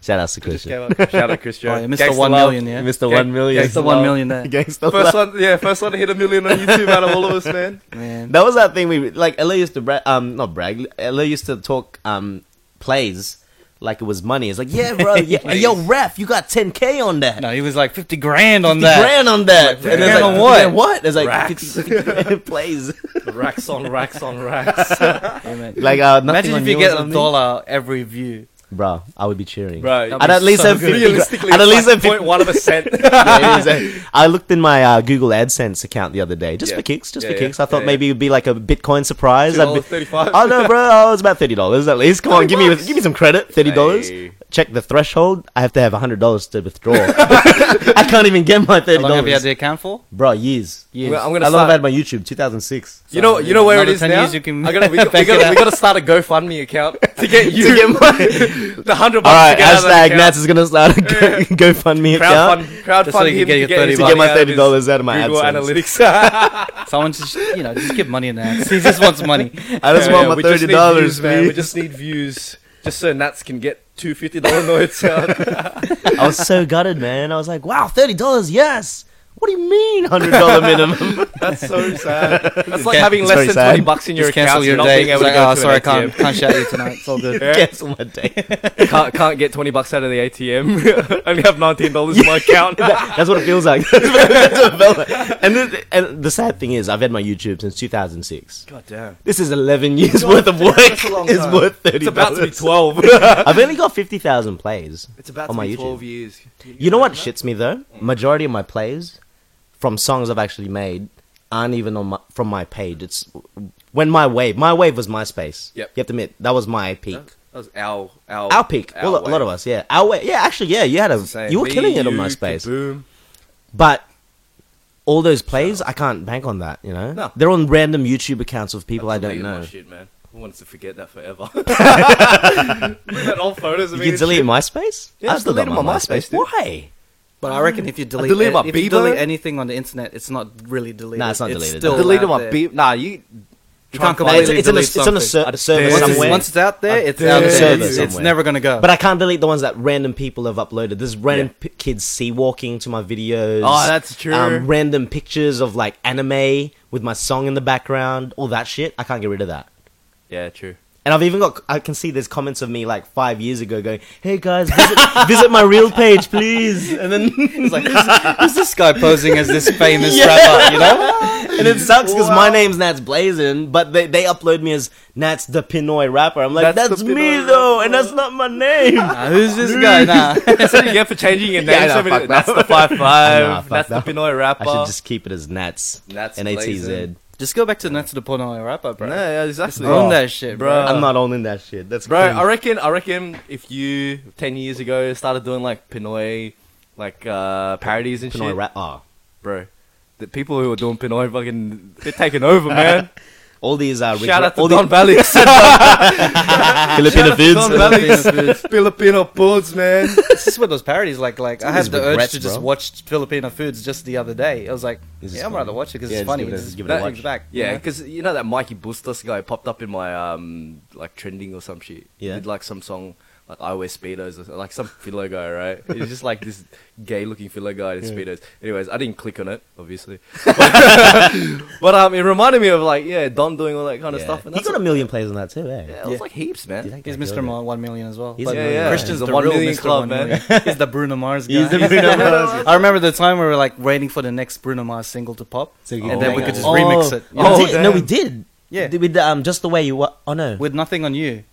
Speaker 1: Shout out to
Speaker 3: Just
Speaker 1: Christian.
Speaker 3: came up. Shout out, Chris
Speaker 2: Oh,
Speaker 3: Jones.
Speaker 2: yeah, Mr. One Million, yeah.
Speaker 1: Missed the
Speaker 3: Yeah,
Speaker 1: one million.
Speaker 3: Gangsta
Speaker 2: Mr. One Million there.
Speaker 1: Gangsta
Speaker 3: First
Speaker 1: Love.
Speaker 3: one, yeah, first one to hit a million on YouTube out of all of us, man.
Speaker 2: Man.
Speaker 1: That was that thing we like. LA used to brag, um, not brag. LA used to talk um plays like it was money. It's like, yeah, bro, yeah, yo, ref, you got 10k on that.
Speaker 2: No, he was like fifty grand on
Speaker 1: 50
Speaker 2: that.
Speaker 1: grand on that.
Speaker 2: Like,
Speaker 1: and it's
Speaker 2: grand
Speaker 1: like,
Speaker 2: on what?
Speaker 1: "Yeah, what? It's like
Speaker 3: Racks.
Speaker 1: 50, 50 plays.
Speaker 3: Racks on racks on racks.
Speaker 2: Yeah, man.
Speaker 1: Like, uh, nothing
Speaker 2: imagine
Speaker 1: on
Speaker 2: if you
Speaker 1: yours
Speaker 2: get a
Speaker 1: on me.
Speaker 2: dollar every view.
Speaker 1: Bro, I would be cheering.
Speaker 3: Right.
Speaker 1: I'd at least
Speaker 2: So
Speaker 1: have
Speaker 2: good.
Speaker 1: 50
Speaker 3: Realistically,
Speaker 1: I'd at least have
Speaker 3: it's like
Speaker 1: 50
Speaker 3: 0.1 of a cent.
Speaker 1: Yeah, it is, eh. I looked in my uh, Google AdSense account the other day, just
Speaker 3: Yeah.
Speaker 1: for kicks, just
Speaker 3: Yeah,
Speaker 1: for
Speaker 3: yeah.
Speaker 1: kicks. I thought
Speaker 3: Yeah,
Speaker 1: maybe it'd be like a Bitcoin surprise. I'd be-
Speaker 3: $2.35.
Speaker 1: Oh no, bro! Oh, it's about thirty dollars at least. Come on, give me
Speaker 3: bucks.
Speaker 1: give me some credit. Thirty dollars.
Speaker 3: Hey.
Speaker 1: Check the threshold. I have to have hundred dollars to withdraw. I can't even get my
Speaker 2: How
Speaker 1: thirty
Speaker 2: long have you had the
Speaker 1: dollars,
Speaker 2: account for?
Speaker 1: bro. Years.
Speaker 2: Years.
Speaker 3: Well, I'm gonna
Speaker 1: I love
Speaker 3: start-
Speaker 1: had my YouTube 2006
Speaker 3: You know, you know where it
Speaker 2: Another
Speaker 3: is
Speaker 2: 10
Speaker 3: now.
Speaker 2: years you can-
Speaker 3: I gotta, we, got, we,
Speaker 2: Back it
Speaker 3: gotta,
Speaker 2: up.
Speaker 3: we gotta start a GoFundMe account to get you
Speaker 1: to get my.
Speaker 3: the hundred bucks.
Speaker 1: All right,
Speaker 3: to get out of that
Speaker 1: hashtag Nats is gonna start a go, GoFundMe
Speaker 3: account.
Speaker 1: account
Speaker 3: crowdfund, crowdfund
Speaker 2: Just so you can
Speaker 3: him
Speaker 2: get
Speaker 3: to
Speaker 2: your
Speaker 3: get,
Speaker 1: to
Speaker 2: 30
Speaker 3: his
Speaker 1: get my
Speaker 3: money
Speaker 1: thirty dollars out of my
Speaker 3: Google
Speaker 1: AdSense.
Speaker 3: Analytics.
Speaker 2: Someone just you know just give money in that. He just wants money.
Speaker 1: I just
Speaker 3: Yeah,
Speaker 1: want my
Speaker 3: we just
Speaker 1: thirty
Speaker 3: need
Speaker 1: dollars,
Speaker 3: views, man. We
Speaker 1: man.
Speaker 3: just need views, just so Nats can get two fifty dollar notes out.
Speaker 1: I was so gutted, man. I was like, wow, thirty dollars, yes. What do you mean, hundred dollar minimum?
Speaker 3: That's so sad. That's like
Speaker 2: Yeah,
Speaker 3: having
Speaker 1: it's
Speaker 3: less
Speaker 1: very
Speaker 3: than
Speaker 1: sad.
Speaker 3: twenty bucks in your
Speaker 2: Just cancel
Speaker 3: account.
Speaker 2: your
Speaker 3: and not
Speaker 2: day.
Speaker 3: being able
Speaker 2: He's like,
Speaker 3: to go
Speaker 2: oh,
Speaker 3: to
Speaker 2: sorry,
Speaker 3: an ATM.
Speaker 2: can't can't shout you tonight. It's all good.
Speaker 1: Cancel my day.
Speaker 3: can't can't get twenty bucks out of the ATM. Only have nineteen dollars in my account.
Speaker 1: That- that's what it feels like. That's what, that's what it felt like. And, the, and the sad thing is, I've had my YouTube since 2006.
Speaker 3: God damn.
Speaker 1: This is 11 years worth of work.
Speaker 3: that's a long
Speaker 1: It's
Speaker 3: time.
Speaker 1: worth thirty.
Speaker 3: It's about to be
Speaker 1: dollars.
Speaker 3: twelve.
Speaker 1: I've only got 50,000 plays.
Speaker 3: It's about
Speaker 1: On
Speaker 3: to
Speaker 1: my
Speaker 3: be
Speaker 1: YouTube.
Speaker 3: 12 years.
Speaker 1: You know what shits me though? Majority of my plays from songs I've actually made aren't even on my, from my page. It's when my wave. My wave was MySpace.
Speaker 3: Yep.
Speaker 1: You have to admit that was my peak.
Speaker 3: That was our our
Speaker 1: Our peak. well, a lot of us, yeah. Our way, yeah. Actually, yeah. You had a, you were killing it on MySpace,
Speaker 3: Boom.
Speaker 1: but all those plays, I can't bank on that. You know,
Speaker 3: No.
Speaker 1: they're on random YouTube accounts of people I don't know.
Speaker 3: My shit, man. Who wants to forget that forever? Look at old photos
Speaker 1: You
Speaker 3: of me.
Speaker 1: can
Speaker 3: and
Speaker 1: delete
Speaker 3: shit.
Speaker 1: MySpace.
Speaker 3: Yeah,
Speaker 1: I've still got
Speaker 3: deleted my MySpace, dude.
Speaker 1: Why?
Speaker 2: But I reckon if you delete
Speaker 3: deleted
Speaker 2: it-
Speaker 3: my
Speaker 2: if you
Speaker 3: Bieber.
Speaker 2: delete anything on the internet, it's not really deleted.
Speaker 1: Nah, it's not deleted.
Speaker 2: still
Speaker 1: I
Speaker 3: Deleted
Speaker 2: out
Speaker 3: my
Speaker 2: there.
Speaker 3: beep. Nah, you.
Speaker 2: You
Speaker 3: Try
Speaker 2: can't
Speaker 3: and find
Speaker 1: It's,
Speaker 2: completely
Speaker 3: it.
Speaker 1: it's in a, it's
Speaker 2: delete
Speaker 1: on a ser-
Speaker 2: something.
Speaker 3: I just-
Speaker 1: server
Speaker 3: It's-
Speaker 2: Once,
Speaker 1: somewhere.
Speaker 2: once it's out there, it's
Speaker 3: dare
Speaker 2: out
Speaker 1: you.
Speaker 2: there.
Speaker 1: Server
Speaker 2: It's, it's
Speaker 1: somewhere.
Speaker 2: never gonna go.
Speaker 1: But I can't delete the ones that random people have uploaded. There's random p- kids sea walking to my videos. Um,
Speaker 3: Oh, that's true.
Speaker 1: random pictures of like anime with my song in the background, all that shit. I can't get rid of that.
Speaker 3: Yeah, true.
Speaker 1: And I've even got, I can see there's comments of me like five years ago going, hey guys, visit, visit my real page, please. And then,
Speaker 2: it's like, who's, who's this guy posing as this famous
Speaker 1: Yeah.
Speaker 2: rapper? You know,
Speaker 1: and it sucks because my name's Nats Blazin, but they, they upload me as Nats the Pinoy rapper. I'm like,
Speaker 3: Nats
Speaker 1: that's,
Speaker 3: the
Speaker 1: me
Speaker 3: Pinoy
Speaker 1: though, and that's not my name.
Speaker 2: Nah, who's this guy? Nah,
Speaker 3: That's what you get for changing your name.
Speaker 1: Yeah, nah,
Speaker 3: so many-
Speaker 1: fuck
Speaker 3: that's
Speaker 1: that.
Speaker 3: the five
Speaker 1: Nah,
Speaker 3: five.
Speaker 1: fuck
Speaker 3: that's
Speaker 1: that.
Speaker 3: the Pinoy
Speaker 1: I
Speaker 3: rapper.
Speaker 1: should just keep it as Nats.
Speaker 3: Nats
Speaker 1: N-A-T-Z.
Speaker 3: Blazin.
Speaker 2: just go back to Natsu the Porno rapper, bro.
Speaker 3: no, yeah, exactly.
Speaker 2: Own that shit, bro.
Speaker 3: Bruh.
Speaker 1: I'm not owning that shit. That's
Speaker 3: Bro,
Speaker 1: cringe.
Speaker 3: I reckon I reckon if you ten years ago started doing like Pinoy like uh, parodies and
Speaker 1: Pinoy
Speaker 3: shit,
Speaker 1: rap. Ah,
Speaker 3: bro. The people who are doing Pinoy fucking, they're taking over, man.
Speaker 1: all these uh,
Speaker 3: Shout out to
Speaker 1: all
Speaker 3: Don Valley.
Speaker 1: Filipino
Speaker 3: Don Valley, Filipino foods, man.
Speaker 2: this is what those parodies like. Like I
Speaker 1: Some of
Speaker 2: had
Speaker 1: these
Speaker 2: the urge
Speaker 1: regrets,
Speaker 2: to just
Speaker 1: bro.
Speaker 2: watch Filipino foods just the other day. I was like,
Speaker 1: This is
Speaker 2: yeah, I'm
Speaker 1: funny.
Speaker 2: rather watch it because
Speaker 1: Yeah,
Speaker 2: it's
Speaker 1: just
Speaker 2: funny.
Speaker 1: give it a-
Speaker 2: It's-
Speaker 1: just give it a
Speaker 2: that
Speaker 1: watch.
Speaker 2: brings back.
Speaker 3: Yeah,
Speaker 2: you know?
Speaker 3: because you know that Mikey Bustos guy popped up in my um like trending or some shit. He
Speaker 1: Yeah.
Speaker 3: did like some song like I wear speedos or like some filler guy, right? He's just like this gay looking filler guy in
Speaker 1: Yeah.
Speaker 3: speedos. Anyways, I didn't click on it, obviously, but um, it reminded me of like yeah Don doing all that kind of stuff. And
Speaker 1: he
Speaker 3: that's
Speaker 1: got a
Speaker 3: like,
Speaker 1: million plays on that too, eh?
Speaker 3: yeah, it was
Speaker 2: Yeah.
Speaker 3: like heaps,
Speaker 1: Did
Speaker 3: man.
Speaker 1: I-
Speaker 2: He's
Speaker 1: Yeah,
Speaker 2: Mr.
Speaker 1: yeah.
Speaker 2: Mo- One Million as well.
Speaker 1: He's
Speaker 2: but
Speaker 1: a million. Yeah, yeah.
Speaker 2: Christian's
Speaker 3: The
Speaker 2: the,
Speaker 3: One
Speaker 2: real
Speaker 3: Million
Speaker 2: Mr.
Speaker 3: Club,
Speaker 2: One
Speaker 3: man.
Speaker 2: Million. He's the Bruno Mars guy.
Speaker 1: He's the Bruno Mars.
Speaker 2: I remember the time we were like waiting for the next Bruno Mars single to pop,
Speaker 1: So you
Speaker 2: and
Speaker 1: can
Speaker 2: then
Speaker 1: bang
Speaker 2: we
Speaker 1: it.
Speaker 2: could just
Speaker 1: Oh.
Speaker 2: remix it.
Speaker 1: We
Speaker 3: Oh,
Speaker 1: did- no,
Speaker 3: damn.
Speaker 1: we did.
Speaker 2: Yeah.
Speaker 1: Did we, um, just the way you were. Oh no.
Speaker 2: with nothing on you.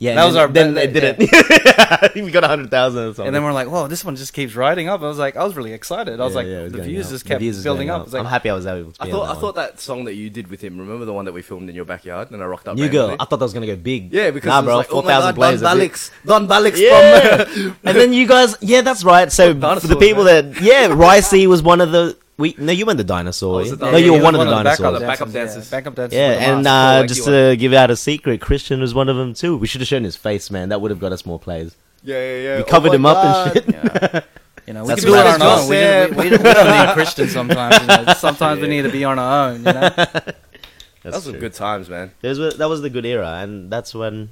Speaker 1: yeah,
Speaker 2: that
Speaker 1: and
Speaker 2: was
Speaker 1: then-
Speaker 2: our-
Speaker 1: Then they
Speaker 2: that-
Speaker 1: did it. we got a hundred thousand or something.
Speaker 2: And then we're like, "Whoa, this one just keeps riding up." I was like, I was really excited. I was
Speaker 1: Yeah,
Speaker 2: like,
Speaker 1: yeah, it was
Speaker 2: the
Speaker 1: going
Speaker 2: views
Speaker 1: up.
Speaker 2: just
Speaker 1: The
Speaker 2: kept
Speaker 1: views was
Speaker 2: building
Speaker 1: going
Speaker 2: up. It's like,
Speaker 1: I'm happy I was able to.
Speaker 3: I
Speaker 1: be
Speaker 3: thought
Speaker 1: on
Speaker 3: I
Speaker 1: that
Speaker 3: thought that song that you did with him. Remember the one that we filmed in your backyard and I rocked up.
Speaker 1: New girl.
Speaker 3: randomly?
Speaker 1: I thought that was gonna go big.
Speaker 3: Yeah, because
Speaker 1: nah,
Speaker 3: it was
Speaker 1: bro,
Speaker 3: like,
Speaker 1: four
Speaker 3: oh my
Speaker 1: thousand
Speaker 3: God,
Speaker 1: plays.
Speaker 3: Don
Speaker 1: a bit.
Speaker 3: Balix, Don Balix from
Speaker 1: Yeah. and then you guys, yeah, that's right. So for the
Speaker 3: Dinosaurs,
Speaker 1: people that, yeah, Ricey was one of the. We no, you weren't the dinosaur.
Speaker 3: I was the
Speaker 1: no,
Speaker 3: dinosaur.
Speaker 1: you were
Speaker 3: Yeah,
Speaker 1: one of the
Speaker 3: one of the
Speaker 1: dinosaurs.
Speaker 3: backup- backup
Speaker 2: yeah,
Speaker 3: dancers.
Speaker 2: backup dancers. with
Speaker 1: Yeah,
Speaker 2: a
Speaker 1: and
Speaker 2: mask.
Speaker 1: uh,
Speaker 3: like
Speaker 1: just
Speaker 3: you
Speaker 1: to give out a secret, Christian was one of them too. We should have shown his face, man. That would have got us more plays.
Speaker 3: Yeah, yeah, yeah. Oh
Speaker 1: We covered
Speaker 3: my
Speaker 1: him up and
Speaker 3: God.
Speaker 1: shit.
Speaker 2: you know, we
Speaker 1: That's
Speaker 2: can do it
Speaker 1: what
Speaker 2: on
Speaker 1: I
Speaker 2: our
Speaker 1: just
Speaker 2: own. We, didn't- we, we, we don't need Christian sometimes. You know? Sometimes we need to be on our own. You know?
Speaker 1: That's
Speaker 3: Those were
Speaker 1: true.
Speaker 3: good times, man.
Speaker 1: Those were- that was the good era, and that's when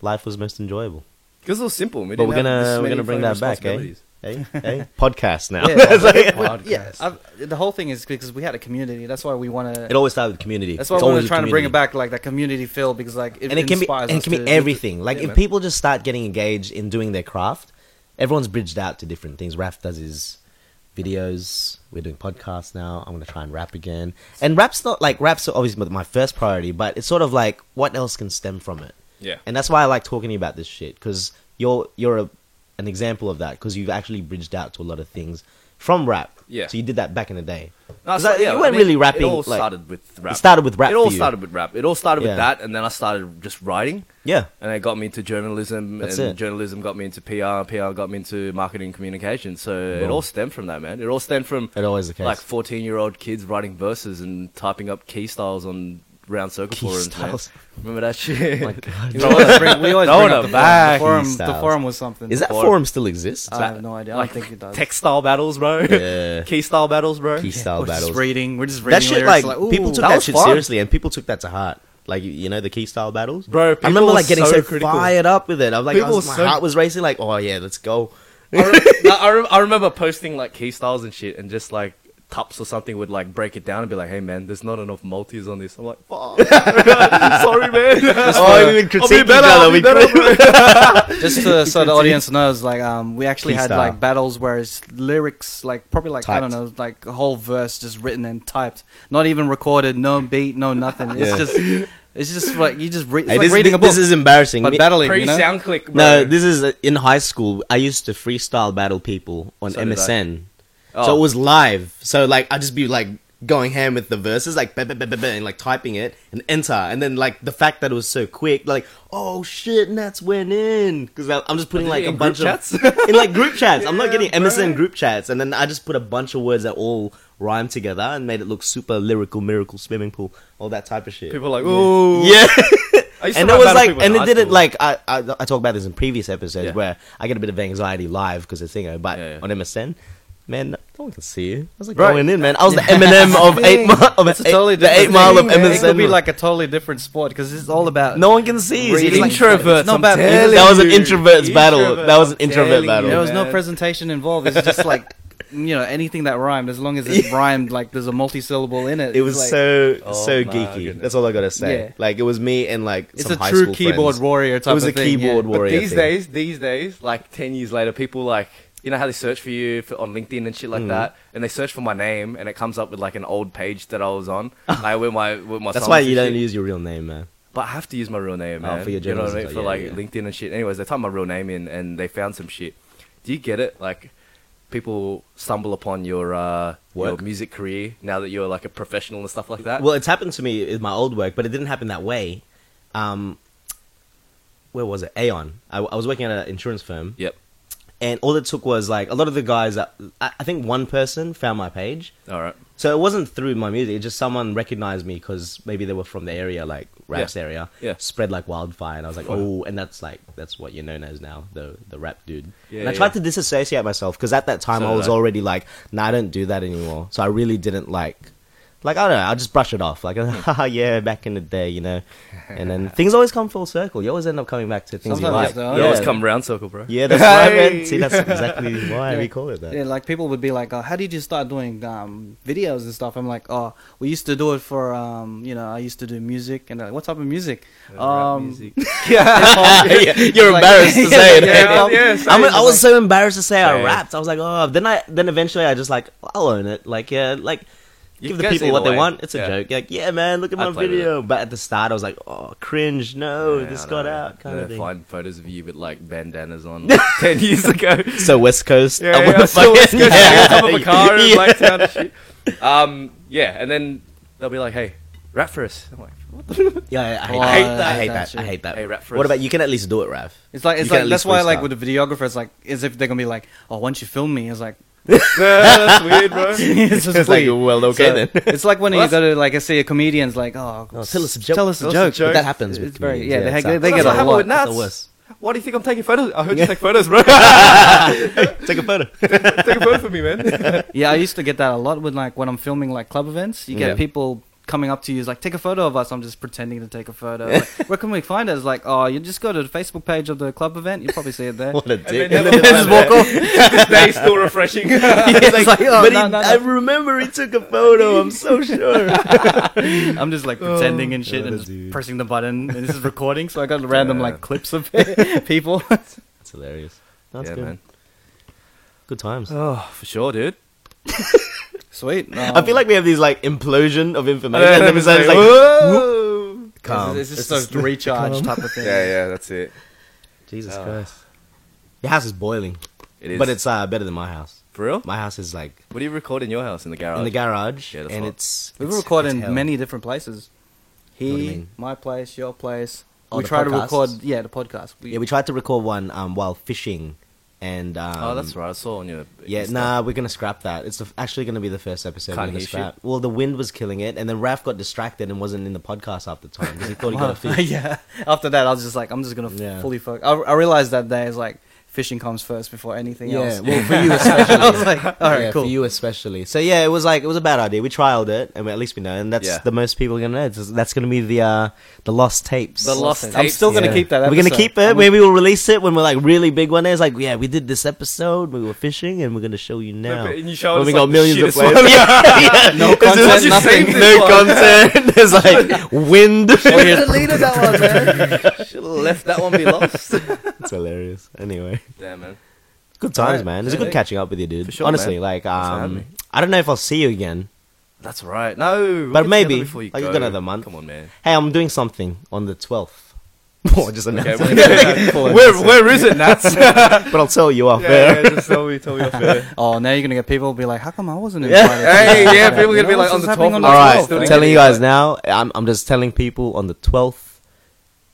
Speaker 1: life was most enjoyable.
Speaker 3: Because it was simple. We
Speaker 1: But
Speaker 3: didn't
Speaker 1: we're
Speaker 3: have this
Speaker 1: gonna we're
Speaker 3: many
Speaker 1: gonna bring
Speaker 3: fucking
Speaker 1: that back, eh?
Speaker 3: responsibilities.
Speaker 1: Hey, hey, podcast now.
Speaker 2: Yeah.
Speaker 1: It's like-
Speaker 2: But, yeah, I've- the whole thing is because we had a community. That's why we want
Speaker 1: it
Speaker 2: to.
Speaker 1: always started with community.
Speaker 2: That's why
Speaker 1: It's
Speaker 2: we
Speaker 1: always
Speaker 2: we're
Speaker 1: with
Speaker 2: trying to bring it
Speaker 1: community.
Speaker 2: back, like that community feel, because like it,
Speaker 1: and it can be
Speaker 2: inspires
Speaker 1: and it
Speaker 2: us
Speaker 1: can be
Speaker 2: to-
Speaker 1: everything. Like
Speaker 3: yeah,
Speaker 1: if
Speaker 3: man.
Speaker 1: people just start getting engaged in doing their craft, everyone's bridged out to different things. Raf does his videos. We're doing podcasts now. I'm gonna try and rap again. And rap's not like rap's obviously my first priority, but it's sort of like what else can stem from it.
Speaker 3: Yeah.
Speaker 1: And that's why I like talking to you about this shit because you're you're a, an example of that because you've actually bridged out to a lot of things from rap.
Speaker 3: Yeah.
Speaker 1: So you did that back in the day.
Speaker 3: No,
Speaker 1: Is
Speaker 3: so-
Speaker 1: that-
Speaker 3: yeah,
Speaker 1: you weren't
Speaker 3: it-
Speaker 1: really rapping,
Speaker 3: It all
Speaker 1: like-
Speaker 3: started with rap.
Speaker 1: It started with rap
Speaker 3: It all
Speaker 1: for you.
Speaker 3: started with rap. It all started
Speaker 1: Yeah.
Speaker 3: with that, and then I started just writing,
Speaker 1: Yeah.
Speaker 3: and it got me into journalism,
Speaker 1: That's
Speaker 3: and
Speaker 1: it.
Speaker 3: journalism got me into PR, PR got me into marketing and communication. So it
Speaker 1: Boom.
Speaker 3: all stemmed from that, man. It all stemmed from
Speaker 1: It always the case.
Speaker 3: like fourteen-year-old kids writing verses and typing up key styles on round circle
Speaker 1: Key
Speaker 3: forums. man.
Speaker 1: styles. Oh
Speaker 3: Remember that shit?
Speaker 1: my God.
Speaker 2: You know, we always bring, we always
Speaker 3: Throw
Speaker 2: bring
Speaker 3: it
Speaker 2: up the
Speaker 3: back.
Speaker 1: He
Speaker 2: forum. The forum, the
Speaker 1: styles.
Speaker 2: forum was something.
Speaker 1: Is that
Speaker 3: Or-
Speaker 1: forum still exists?
Speaker 2: I have no idea. I don't think it does.
Speaker 3: Textile battles, bro.
Speaker 1: Yeah.
Speaker 3: Key style battles, bro.
Speaker 1: Key style
Speaker 2: we're
Speaker 1: battles.
Speaker 2: just reading. We're just reading.
Speaker 1: that shit like,
Speaker 2: lyrics,
Speaker 1: people
Speaker 2: ooh,
Speaker 1: took that,
Speaker 2: was
Speaker 1: shit
Speaker 2: fun.
Speaker 1: seriously and people took that to heart like you- you know the key style battles
Speaker 3: Bro,
Speaker 1: i
Speaker 3: people
Speaker 1: remember
Speaker 3: were
Speaker 1: like getting
Speaker 3: so
Speaker 1: so,
Speaker 3: critical.
Speaker 1: fired up with it i was like I
Speaker 3: People
Speaker 1: was-
Speaker 3: were
Speaker 1: my
Speaker 3: so-
Speaker 1: heart was racing like oh yeah let's go
Speaker 3: I, re- no, I, re- I remember posting like key styles and shit, and just like Tups or something would like break it down and be like, "Hey man, there's not enough multis on this." I'm like, "Fuck, sorry man."
Speaker 1: oh we would
Speaker 3: I'll
Speaker 1: critique
Speaker 3: be
Speaker 1: each
Speaker 3: better.
Speaker 1: other,
Speaker 3: I'll be
Speaker 1: we
Speaker 3: better. bro.
Speaker 2: Just to, so the audience knows, like, um, we actually had
Speaker 1: Freestyle.
Speaker 2: like battles where it's lyrics, like probably like I don't
Speaker 1: Typed.
Speaker 2: know, like a whole verse just written and typed, not even recorded, no beat, no nothing. It's
Speaker 1: Yeah.
Speaker 2: just, it's just like you just read, it's
Speaker 1: Hey,
Speaker 2: like
Speaker 1: this,
Speaker 2: reading
Speaker 1: this,
Speaker 2: a book,
Speaker 1: this is embarrassing
Speaker 2: but
Speaker 1: Me-
Speaker 2: battling,
Speaker 3: Pre
Speaker 2: you know.
Speaker 3: sound click, bro.
Speaker 1: no this is uh, in high school i used to freestyle battle people on
Speaker 3: So did I.
Speaker 1: msn so
Speaker 3: Oh.
Speaker 1: it was live so like i'd just be like going ham with the verses like bah, bah, bah, bah, bah, and like typing it and enter and then like the fact that it was so quick like oh shit nats went in because i'm just putting
Speaker 3: Did
Speaker 1: like
Speaker 3: you
Speaker 1: a
Speaker 3: in
Speaker 1: bunch
Speaker 3: group
Speaker 1: of
Speaker 3: chats?
Speaker 1: in like group chats. I'm not
Speaker 3: Yeah,
Speaker 1: getting MSN
Speaker 3: bro.
Speaker 1: group chats, and then I just put a bunch of words that all rhyme together and made it look super lyrical, miracle, swimming pool, all that type of shit.
Speaker 3: people are like, "Ooh."
Speaker 1: yeah,
Speaker 3: I used
Speaker 1: and it
Speaker 3: to rap
Speaker 1: was
Speaker 3: battle
Speaker 1: like,
Speaker 3: people
Speaker 1: and
Speaker 3: in
Speaker 1: it
Speaker 3: high
Speaker 1: didn't
Speaker 3: school.
Speaker 1: like I, I I talk about this in previous episodes
Speaker 3: Yeah.
Speaker 1: where I get a bit of anxiety live because of thing, but
Speaker 3: Yeah, yeah.
Speaker 1: on MSN. Man, no one can see you. I was like
Speaker 3: Right.
Speaker 1: going in, man. I was the Eminem of eight mile of
Speaker 2: It's a
Speaker 1: eight,
Speaker 2: totally
Speaker 1: the
Speaker 2: different
Speaker 1: eight mile of
Speaker 2: thing, man.
Speaker 1: MSN.
Speaker 2: It could be like a totally different sport because it's all about
Speaker 1: no one can see you. so
Speaker 2: Reading.
Speaker 1: it's like-
Speaker 3: Introverts,
Speaker 2: it's not
Speaker 3: I'm
Speaker 2: bad.
Speaker 3: telling
Speaker 1: That was an
Speaker 3: you.
Speaker 1: introvert's battle. That was an
Speaker 3: I'm
Speaker 1: introvert
Speaker 3: telling you,
Speaker 1: battle.
Speaker 2: There was no
Speaker 3: man.
Speaker 2: presentation involved. It's just like you know anything that rhymed, as long as it rhymed, like there's a multisyllable in it.
Speaker 1: It was
Speaker 2: like,
Speaker 1: so
Speaker 3: Oh
Speaker 1: so
Speaker 3: my
Speaker 1: geeky.
Speaker 3: goodness.
Speaker 1: That's all I gotta say.
Speaker 2: Yeah.
Speaker 1: Like it was me and like
Speaker 2: It's
Speaker 1: some
Speaker 2: a
Speaker 1: high
Speaker 2: true
Speaker 1: school
Speaker 2: keyboard
Speaker 1: friends.
Speaker 2: warrior type.
Speaker 1: It was
Speaker 2: of
Speaker 1: a
Speaker 2: thing, yeah.
Speaker 1: keyboard warrior.
Speaker 3: These
Speaker 1: thing.
Speaker 3: days, these days, like ten years later, people like you know how they search for you for, on LinkedIn and
Speaker 1: Mm-hmm.
Speaker 3: shit like that, and they search for my name, and it comes up with like an old page that I was on, like with my with my.
Speaker 1: That's
Speaker 3: songs
Speaker 1: why
Speaker 3: and
Speaker 1: you don't
Speaker 3: shit.
Speaker 1: use your real name, man.
Speaker 3: But I have to use my real name,
Speaker 1: Oh,
Speaker 3: man.
Speaker 1: for your
Speaker 3: you know what I mean?
Speaker 1: journalism,
Speaker 3: For
Speaker 1: yeah,
Speaker 3: like
Speaker 1: yeah.
Speaker 3: LinkedIn and shit. Anyways, they typed my real name in, and they found some shit. Do you get it? Like people stumble upon your uh, your
Speaker 1: Work.
Speaker 3: music career now that you're like a professional and stuff like that.
Speaker 1: Well, it's happened to me in my old work, but it didn't happen that way. Um, where was it? Aon. I, I was working at an insurance firm,
Speaker 3: yep.
Speaker 1: and all it took was like a lot of the guys that I, I think one person found my page.
Speaker 3: All right.
Speaker 1: So it wasn't through my music; it just someone recognized me because maybe they were from the area, like raps
Speaker 3: Yeah.
Speaker 1: area.
Speaker 3: Yeah.
Speaker 1: Spread like wildfire, and I was like,
Speaker 3: Wow.
Speaker 1: oh, and that's like that's what you're known as now, the the rap dude.
Speaker 3: Yeah,
Speaker 1: and I
Speaker 3: yeah.
Speaker 1: tried to disassociate myself because at that time
Speaker 3: So
Speaker 1: I
Speaker 3: did
Speaker 1: was
Speaker 3: I.
Speaker 1: already like, nah, I don't do that anymore. So I really didn't like. Like I don't know, I just brush it off. Like,
Speaker 3: Hmm.
Speaker 1: haha, yeah, back in the day, you know. And then things always come full circle. You always end up coming back to things
Speaker 2: Sometimes
Speaker 1: you
Speaker 2: they
Speaker 1: like.
Speaker 2: are.
Speaker 3: You always
Speaker 2: Yeah.
Speaker 3: come round circle, bro.
Speaker 1: Oh, Yeah, that's right,
Speaker 3: Hey.
Speaker 1: man. See, that's exactly why we call it that.
Speaker 2: Yeah, like people would be like, oh, "How did you start doing um, videos and stuff?" I'm like, "Oh, we used to do it for, um, you know, I used to do music and they're like, what type of music? um,
Speaker 1: Yeah, you're
Speaker 2: Like-
Speaker 1: embarrassed to say it.
Speaker 2: Yeah,
Speaker 1: Yeah,
Speaker 3: yeah,
Speaker 1: I'm,
Speaker 3: same,
Speaker 1: I was so embarrassed to say I
Speaker 3: Same.
Speaker 1: rapped. I was like, oh, then I then eventually I just like I'll own it. Like yeah, like
Speaker 3: You
Speaker 1: give the
Speaker 3: guys
Speaker 1: people
Speaker 3: either
Speaker 1: what they
Speaker 3: way.
Speaker 1: want. It's a
Speaker 3: Yeah.
Speaker 1: joke. Like yeah, man, look at
Speaker 3: I
Speaker 1: my
Speaker 3: played with
Speaker 1: video. But at the start, I was like, oh, cringe. No,
Speaker 3: Yeah,
Speaker 1: this
Speaker 3: I
Speaker 1: got
Speaker 3: know.
Speaker 1: out kind of
Speaker 3: Yeah,
Speaker 1: thing.
Speaker 3: Find photos of you with like bandanas on like, ten years ago.
Speaker 1: So West Coast.
Speaker 3: Yeah,
Speaker 1: I
Speaker 3: yeah,
Speaker 1: wanna
Speaker 3: so it's
Speaker 1: fucking-
Speaker 3: good.
Speaker 1: yeah.
Speaker 3: On top of a car in
Speaker 1: Yeah.
Speaker 3: Black Town and shit. Um, yeah, and then they'll be like, "Hey, rap for us." I'm like,
Speaker 1: Yeah, I hate, that. I
Speaker 2: Oh,
Speaker 1: hate
Speaker 2: that
Speaker 1: that. I
Speaker 2: shit.
Speaker 1: hate that.
Speaker 3: Hey, rap for
Speaker 1: what
Speaker 3: us.
Speaker 1: about you? Can at least do it, Rav.
Speaker 2: It's like
Speaker 1: You
Speaker 2: it's
Speaker 1: can at
Speaker 2: like
Speaker 1: least
Speaker 2: that's why
Speaker 1: freestyle.
Speaker 2: like with the videographers like as if they're gonna be like, oh, once you film me, it's like
Speaker 3: "That's weird, bro."
Speaker 2: it's, just
Speaker 1: It's like,
Speaker 2: weird.
Speaker 1: well, okay
Speaker 2: So,
Speaker 1: then.
Speaker 2: it's like when
Speaker 3: Well,
Speaker 2: you go to like I see a comedian's like, oh,
Speaker 1: No,
Speaker 2: s-
Speaker 1: tell us a joke.
Speaker 2: Tell us a
Speaker 3: Tell us a
Speaker 2: joke.
Speaker 3: joke.
Speaker 1: That happens
Speaker 2: It's
Speaker 1: with
Speaker 2: very-
Speaker 1: comedians,
Speaker 2: yeah, they
Speaker 1: it
Speaker 2: ha-
Speaker 1: sucks.
Speaker 2: they
Speaker 3: That's
Speaker 2: get
Speaker 3: what
Speaker 2: a
Speaker 3: happened
Speaker 2: lot.
Speaker 3: with
Speaker 1: That's the
Speaker 3: Nats.
Speaker 1: worst.
Speaker 3: Why do you think I'm taking photos? I heard you take photos, bro.
Speaker 1: Take a photo.
Speaker 3: Take a photo for me, man.
Speaker 2: yeah, I used to get that a lot with like when I'm filming like club events. You get
Speaker 3: Yeah.
Speaker 2: people coming up to you it's like, take a photo of us. I'm just pretending to take a photo. Like, where can we find it? It's like, oh, you just go to the Facebook page of the club event. You'll probably see it there.
Speaker 1: What a
Speaker 3: And then
Speaker 1: dick.
Speaker 3: the other
Speaker 2: Just
Speaker 3: one,
Speaker 2: walk off.
Speaker 3: this day's still refreshing.
Speaker 2: It's like, oh,
Speaker 1: but
Speaker 2: no,
Speaker 1: he,
Speaker 2: no, no.
Speaker 1: I remember he took a photo. I'm so sure.
Speaker 2: I'm just like pretending and shit
Speaker 1: What a
Speaker 2: and just
Speaker 1: dude.
Speaker 2: pressing the button. And this is recording, so I got random
Speaker 3: Yeah.
Speaker 2: like clips of people.
Speaker 1: That's hilarious.
Speaker 3: yeah,
Speaker 1: That's good.
Speaker 3: man.
Speaker 1: Good times.
Speaker 3: Oh, for sure, dude.
Speaker 2: Sweet. Um,
Speaker 1: I feel like we have these like implosion of information. And then it's like,
Speaker 3: Whoa.
Speaker 1: calm.
Speaker 2: It's, just
Speaker 1: It's
Speaker 2: those recharge type of thing.
Speaker 3: Yeah, yeah, that's it.
Speaker 1: Jesus
Speaker 3: Oh.
Speaker 1: Christ. Your house is boiling,
Speaker 3: It is.
Speaker 1: but it's uh, better than my house.
Speaker 3: for real.
Speaker 1: My house is like
Speaker 3: What do you record in your house in the garage?
Speaker 1: in the garage,
Speaker 3: Yeah, that's
Speaker 1: and
Speaker 3: hot.
Speaker 1: it's
Speaker 2: We
Speaker 1: it's-
Speaker 2: record
Speaker 1: it's
Speaker 2: in
Speaker 1: hell.
Speaker 2: many different places.
Speaker 1: do you
Speaker 2: He,
Speaker 1: mean?
Speaker 2: my place, your place.
Speaker 1: Oh,
Speaker 2: we
Speaker 1: the
Speaker 2: try
Speaker 1: podcasts?
Speaker 2: to record, yeah, the podcast.
Speaker 1: Yeah, we tried to record one um, while fishing, and um,
Speaker 3: Oh, that's right. I saw on your.
Speaker 1: Yeah,
Speaker 3: Insta.
Speaker 1: nah, we're gonna scrap that. It's the, actually gonna be the first episode
Speaker 3: Can't
Speaker 1: we're gonna
Speaker 3: hear
Speaker 1: scrap. Well, the wind was killing it, and then Raf got distracted and wasn't in the podcast half the time because he thought he got a fish.
Speaker 2: yeah. After that, I was just like, I'm just gonna f-
Speaker 1: Yeah.
Speaker 2: fully focus. I, I realized that day is like fishing comes first before anything else.
Speaker 1: well, for you especially.
Speaker 2: I was like, all right,
Speaker 1: yeah,
Speaker 2: cool.
Speaker 1: For you especially. So yeah, it was like it was a bad idea. We trialed it, and at least we know, and that's
Speaker 3: Yeah.
Speaker 1: the most people are gonna know. It's- That's gonna be the uh, the lost tapes.
Speaker 3: The lost
Speaker 2: I'm
Speaker 3: tapes.
Speaker 2: still gonna
Speaker 1: Yeah.
Speaker 2: keep that.
Speaker 1: We're gonna
Speaker 2: episode.
Speaker 1: keep it.
Speaker 2: I'm-
Speaker 1: Maybe we'll release it when we're like really big one day. It's like, yeah, we did this episode. We were fishing, and we're gonna show you now.
Speaker 3: but- and you show
Speaker 1: when
Speaker 3: us,
Speaker 1: we
Speaker 3: like,
Speaker 1: got
Speaker 3: the
Speaker 1: millions of
Speaker 3: shittest one.
Speaker 1: players. yeah, yeah.
Speaker 2: No
Speaker 1: It's just-
Speaker 2: content,
Speaker 1: it's just
Speaker 2: nothing.
Speaker 1: No content. There's like wind.
Speaker 2: Oh, yeah.
Speaker 3: Should have left that one be lost.
Speaker 1: it's hilarious. Anyway,
Speaker 3: Damn, man.
Speaker 1: good times,
Speaker 2: Alright.
Speaker 1: man. It's a
Speaker 3: Yeah.
Speaker 1: good catching up with you, dude.
Speaker 3: For sure,
Speaker 1: Honestly,
Speaker 3: man.
Speaker 1: like,
Speaker 3: for
Speaker 1: um,
Speaker 3: having
Speaker 1: I don't know if I'll see you again.
Speaker 3: That's right. No, we'll get
Speaker 1: But
Speaker 3: together
Speaker 1: maybe.
Speaker 3: before
Speaker 1: Like, you've got another month.
Speaker 3: Come on, man.
Speaker 1: Hey, I'm doing something on the 12th. Oh, just announced
Speaker 3: Okay,
Speaker 1: it.
Speaker 3: where, where, where is it, Nats? yeah,
Speaker 1: but I'll tell you off air.
Speaker 3: yeah, just tell me, tell me off air.
Speaker 2: Oh, now you're gonna get people be like, how come I wasn't
Speaker 1: Yeah.
Speaker 2: invited?
Speaker 3: Hey, yeah,
Speaker 2: You
Speaker 3: people
Speaker 2: know,
Speaker 3: gonna be like,
Speaker 2: what's
Speaker 3: on the
Speaker 2: happening
Speaker 3: top
Speaker 2: on
Speaker 3: of
Speaker 2: the
Speaker 3: the
Speaker 1: All right,
Speaker 3: Still didn't
Speaker 1: I'm
Speaker 3: get
Speaker 1: telling
Speaker 3: it,
Speaker 1: you guys
Speaker 3: but-
Speaker 1: now. I'm, I'm just telling people on the 12th,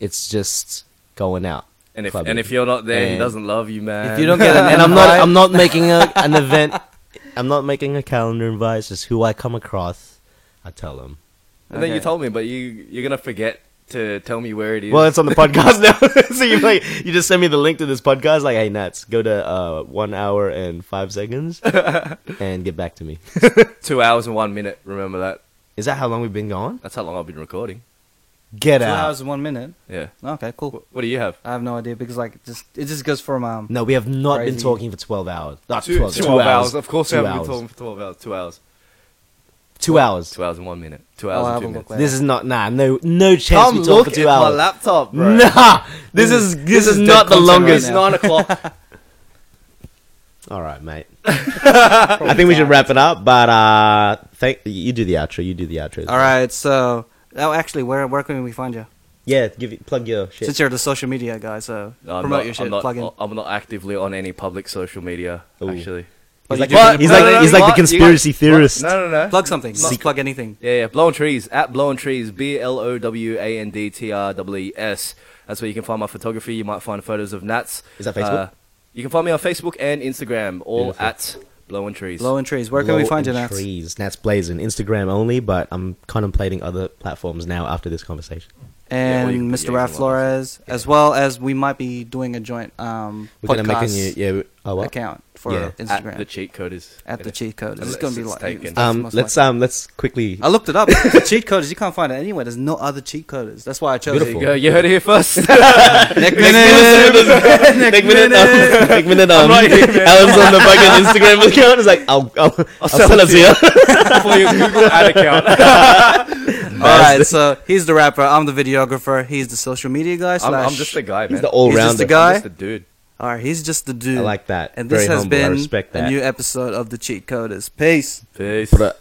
Speaker 1: it's just going out.
Speaker 3: And if
Speaker 1: Club
Speaker 3: and
Speaker 1: it.
Speaker 3: if you're not there, he
Speaker 1: And-
Speaker 3: doesn't love you, man.
Speaker 2: If you don't get an
Speaker 1: and I'm not I'm not making a, an event. I'm not making a calendar invite. It's just who I come across. I tell them.
Speaker 3: and then you
Speaker 2: Okay.
Speaker 3: told me, but you you're gonna forget to tell me where it is.
Speaker 1: Well, it's on the podcast now. so you like you just send me the link to this podcast. Like, hey, Nats, go to uh, one hour and five seconds and get back to me.
Speaker 3: two hours and one minute. Remember that.
Speaker 1: Is that how long we've been gone?
Speaker 3: That's how long I've been recording.
Speaker 1: Get
Speaker 2: Two
Speaker 1: out.
Speaker 2: hours and one minute.
Speaker 3: Yeah.
Speaker 2: Okay, cool.
Speaker 3: What do you have?
Speaker 2: I have no idea because like it just it just goes from um.
Speaker 1: No, we have not been
Speaker 2: Crazy.
Speaker 1: talking for twelve hours. Not
Speaker 3: Two-
Speaker 1: 12,
Speaker 3: two
Speaker 1: two hours.
Speaker 3: Of course,
Speaker 1: two
Speaker 3: we haven't
Speaker 1: hours.
Speaker 3: been talking for twelve hours. Two hours.
Speaker 1: Two hours.
Speaker 3: Two hours and one minute. Two
Speaker 2: I'll
Speaker 3: hours
Speaker 2: have
Speaker 3: and
Speaker 2: a
Speaker 3: two
Speaker 2: look
Speaker 3: minutes.
Speaker 2: later.
Speaker 1: This is not nah. No, no chance. we talk for two hours.
Speaker 3: laptop,
Speaker 1: Nah, this is this, is,
Speaker 2: is
Speaker 1: not
Speaker 2: dead
Speaker 1: the
Speaker 2: content right
Speaker 1: longest.
Speaker 2: now.
Speaker 3: Nine o'clock.
Speaker 1: All right, mate. I think we should wrap it up. But uh, thank you. Do the outro. You do the outro.
Speaker 2: All right, so oh, actually, where where can we find you?
Speaker 1: Yeah, give it, plug your shit.
Speaker 2: Since you're the social media guy, so
Speaker 3: No, I'm
Speaker 2: promote
Speaker 3: not-
Speaker 2: your shit.
Speaker 3: I'm not,
Speaker 2: plug in.
Speaker 3: I'm not actively on any public social media,
Speaker 1: Ooh.
Speaker 3: actually.
Speaker 1: he's
Speaker 2: But
Speaker 1: like,
Speaker 2: you do-
Speaker 1: the, he's
Speaker 3: No,
Speaker 1: like,
Speaker 3: no,
Speaker 1: the,
Speaker 3: no,
Speaker 1: he's like
Speaker 3: you
Speaker 1: the
Speaker 3: got- you got-
Speaker 1: conspiracy theorist.
Speaker 3: No, no, no.
Speaker 2: plug something. Not
Speaker 1: Secret.
Speaker 2: plug anything.
Speaker 3: Yeah, yeah, Blowing Trees at Blowing Trees, B L O W A N D T R W E S. That's where you can find my photography. You might find photos of Nats.
Speaker 1: Is that Facebook?
Speaker 3: Uh, You can find me on Facebook and Instagram, all
Speaker 1: Beautiful.
Speaker 3: at Blowing Trees.
Speaker 2: Blowing trees. Where can we
Speaker 1: Blow
Speaker 2: find you,
Speaker 1: and
Speaker 2: Nats?
Speaker 1: Trees, Nats Blazing, Instagram only, but I'm contemplating other platforms now after this conversation.
Speaker 2: And
Speaker 3: well, you can- yeah,
Speaker 2: Mr.
Speaker 3: you
Speaker 2: Raf
Speaker 3: can log
Speaker 2: Flores, as well as we might be doing a joint um,
Speaker 1: We're gonna make a new
Speaker 2: podcast
Speaker 1: yeah. we- Oh, what?
Speaker 2: account for
Speaker 1: Yeah.
Speaker 2: Instagram
Speaker 3: At the cheat code is
Speaker 2: cheat code. This is
Speaker 3: Unless
Speaker 2: going to be
Speaker 3: it's
Speaker 2: like
Speaker 3: taken.
Speaker 2: that's
Speaker 1: Um,
Speaker 2: most
Speaker 1: let's
Speaker 2: likely. Oh.
Speaker 1: um, let's quickly.
Speaker 2: I looked it up. the cheat codes you can't find it anywhere. There's no other cheat codes. That's why I chose
Speaker 3: There
Speaker 1: Beautiful.
Speaker 2: it.
Speaker 3: you go. You heard it here first.
Speaker 2: Next
Speaker 1: Nick Minute, um, Nick Minute, um,
Speaker 3: right here, man.
Speaker 1: Alan's on the fucking Instagram account. It's like, I'll, I'll, I'll,
Speaker 3: sell
Speaker 1: sell,
Speaker 3: it
Speaker 1: it
Speaker 3: to
Speaker 1: to you.
Speaker 3: for your Google ad account.
Speaker 2: All right, so he's the rapper. I'm the videographer. He's the social media guy.
Speaker 3: I'm,
Speaker 2: Slash,
Speaker 3: I'm just a guy, man.
Speaker 1: He's the
Speaker 2: He's just
Speaker 1: all-rounder.
Speaker 2: the guy.
Speaker 3: I'm just a dude.
Speaker 2: All right, he's just the dude.
Speaker 1: I like that.
Speaker 2: And
Speaker 1: Very
Speaker 2: this has
Speaker 1: humble. I
Speaker 2: been
Speaker 1: respect
Speaker 2: a
Speaker 1: that.
Speaker 2: new episode of the Cheat Coders. Peace.
Speaker 3: Peace.
Speaker 1: Bruh.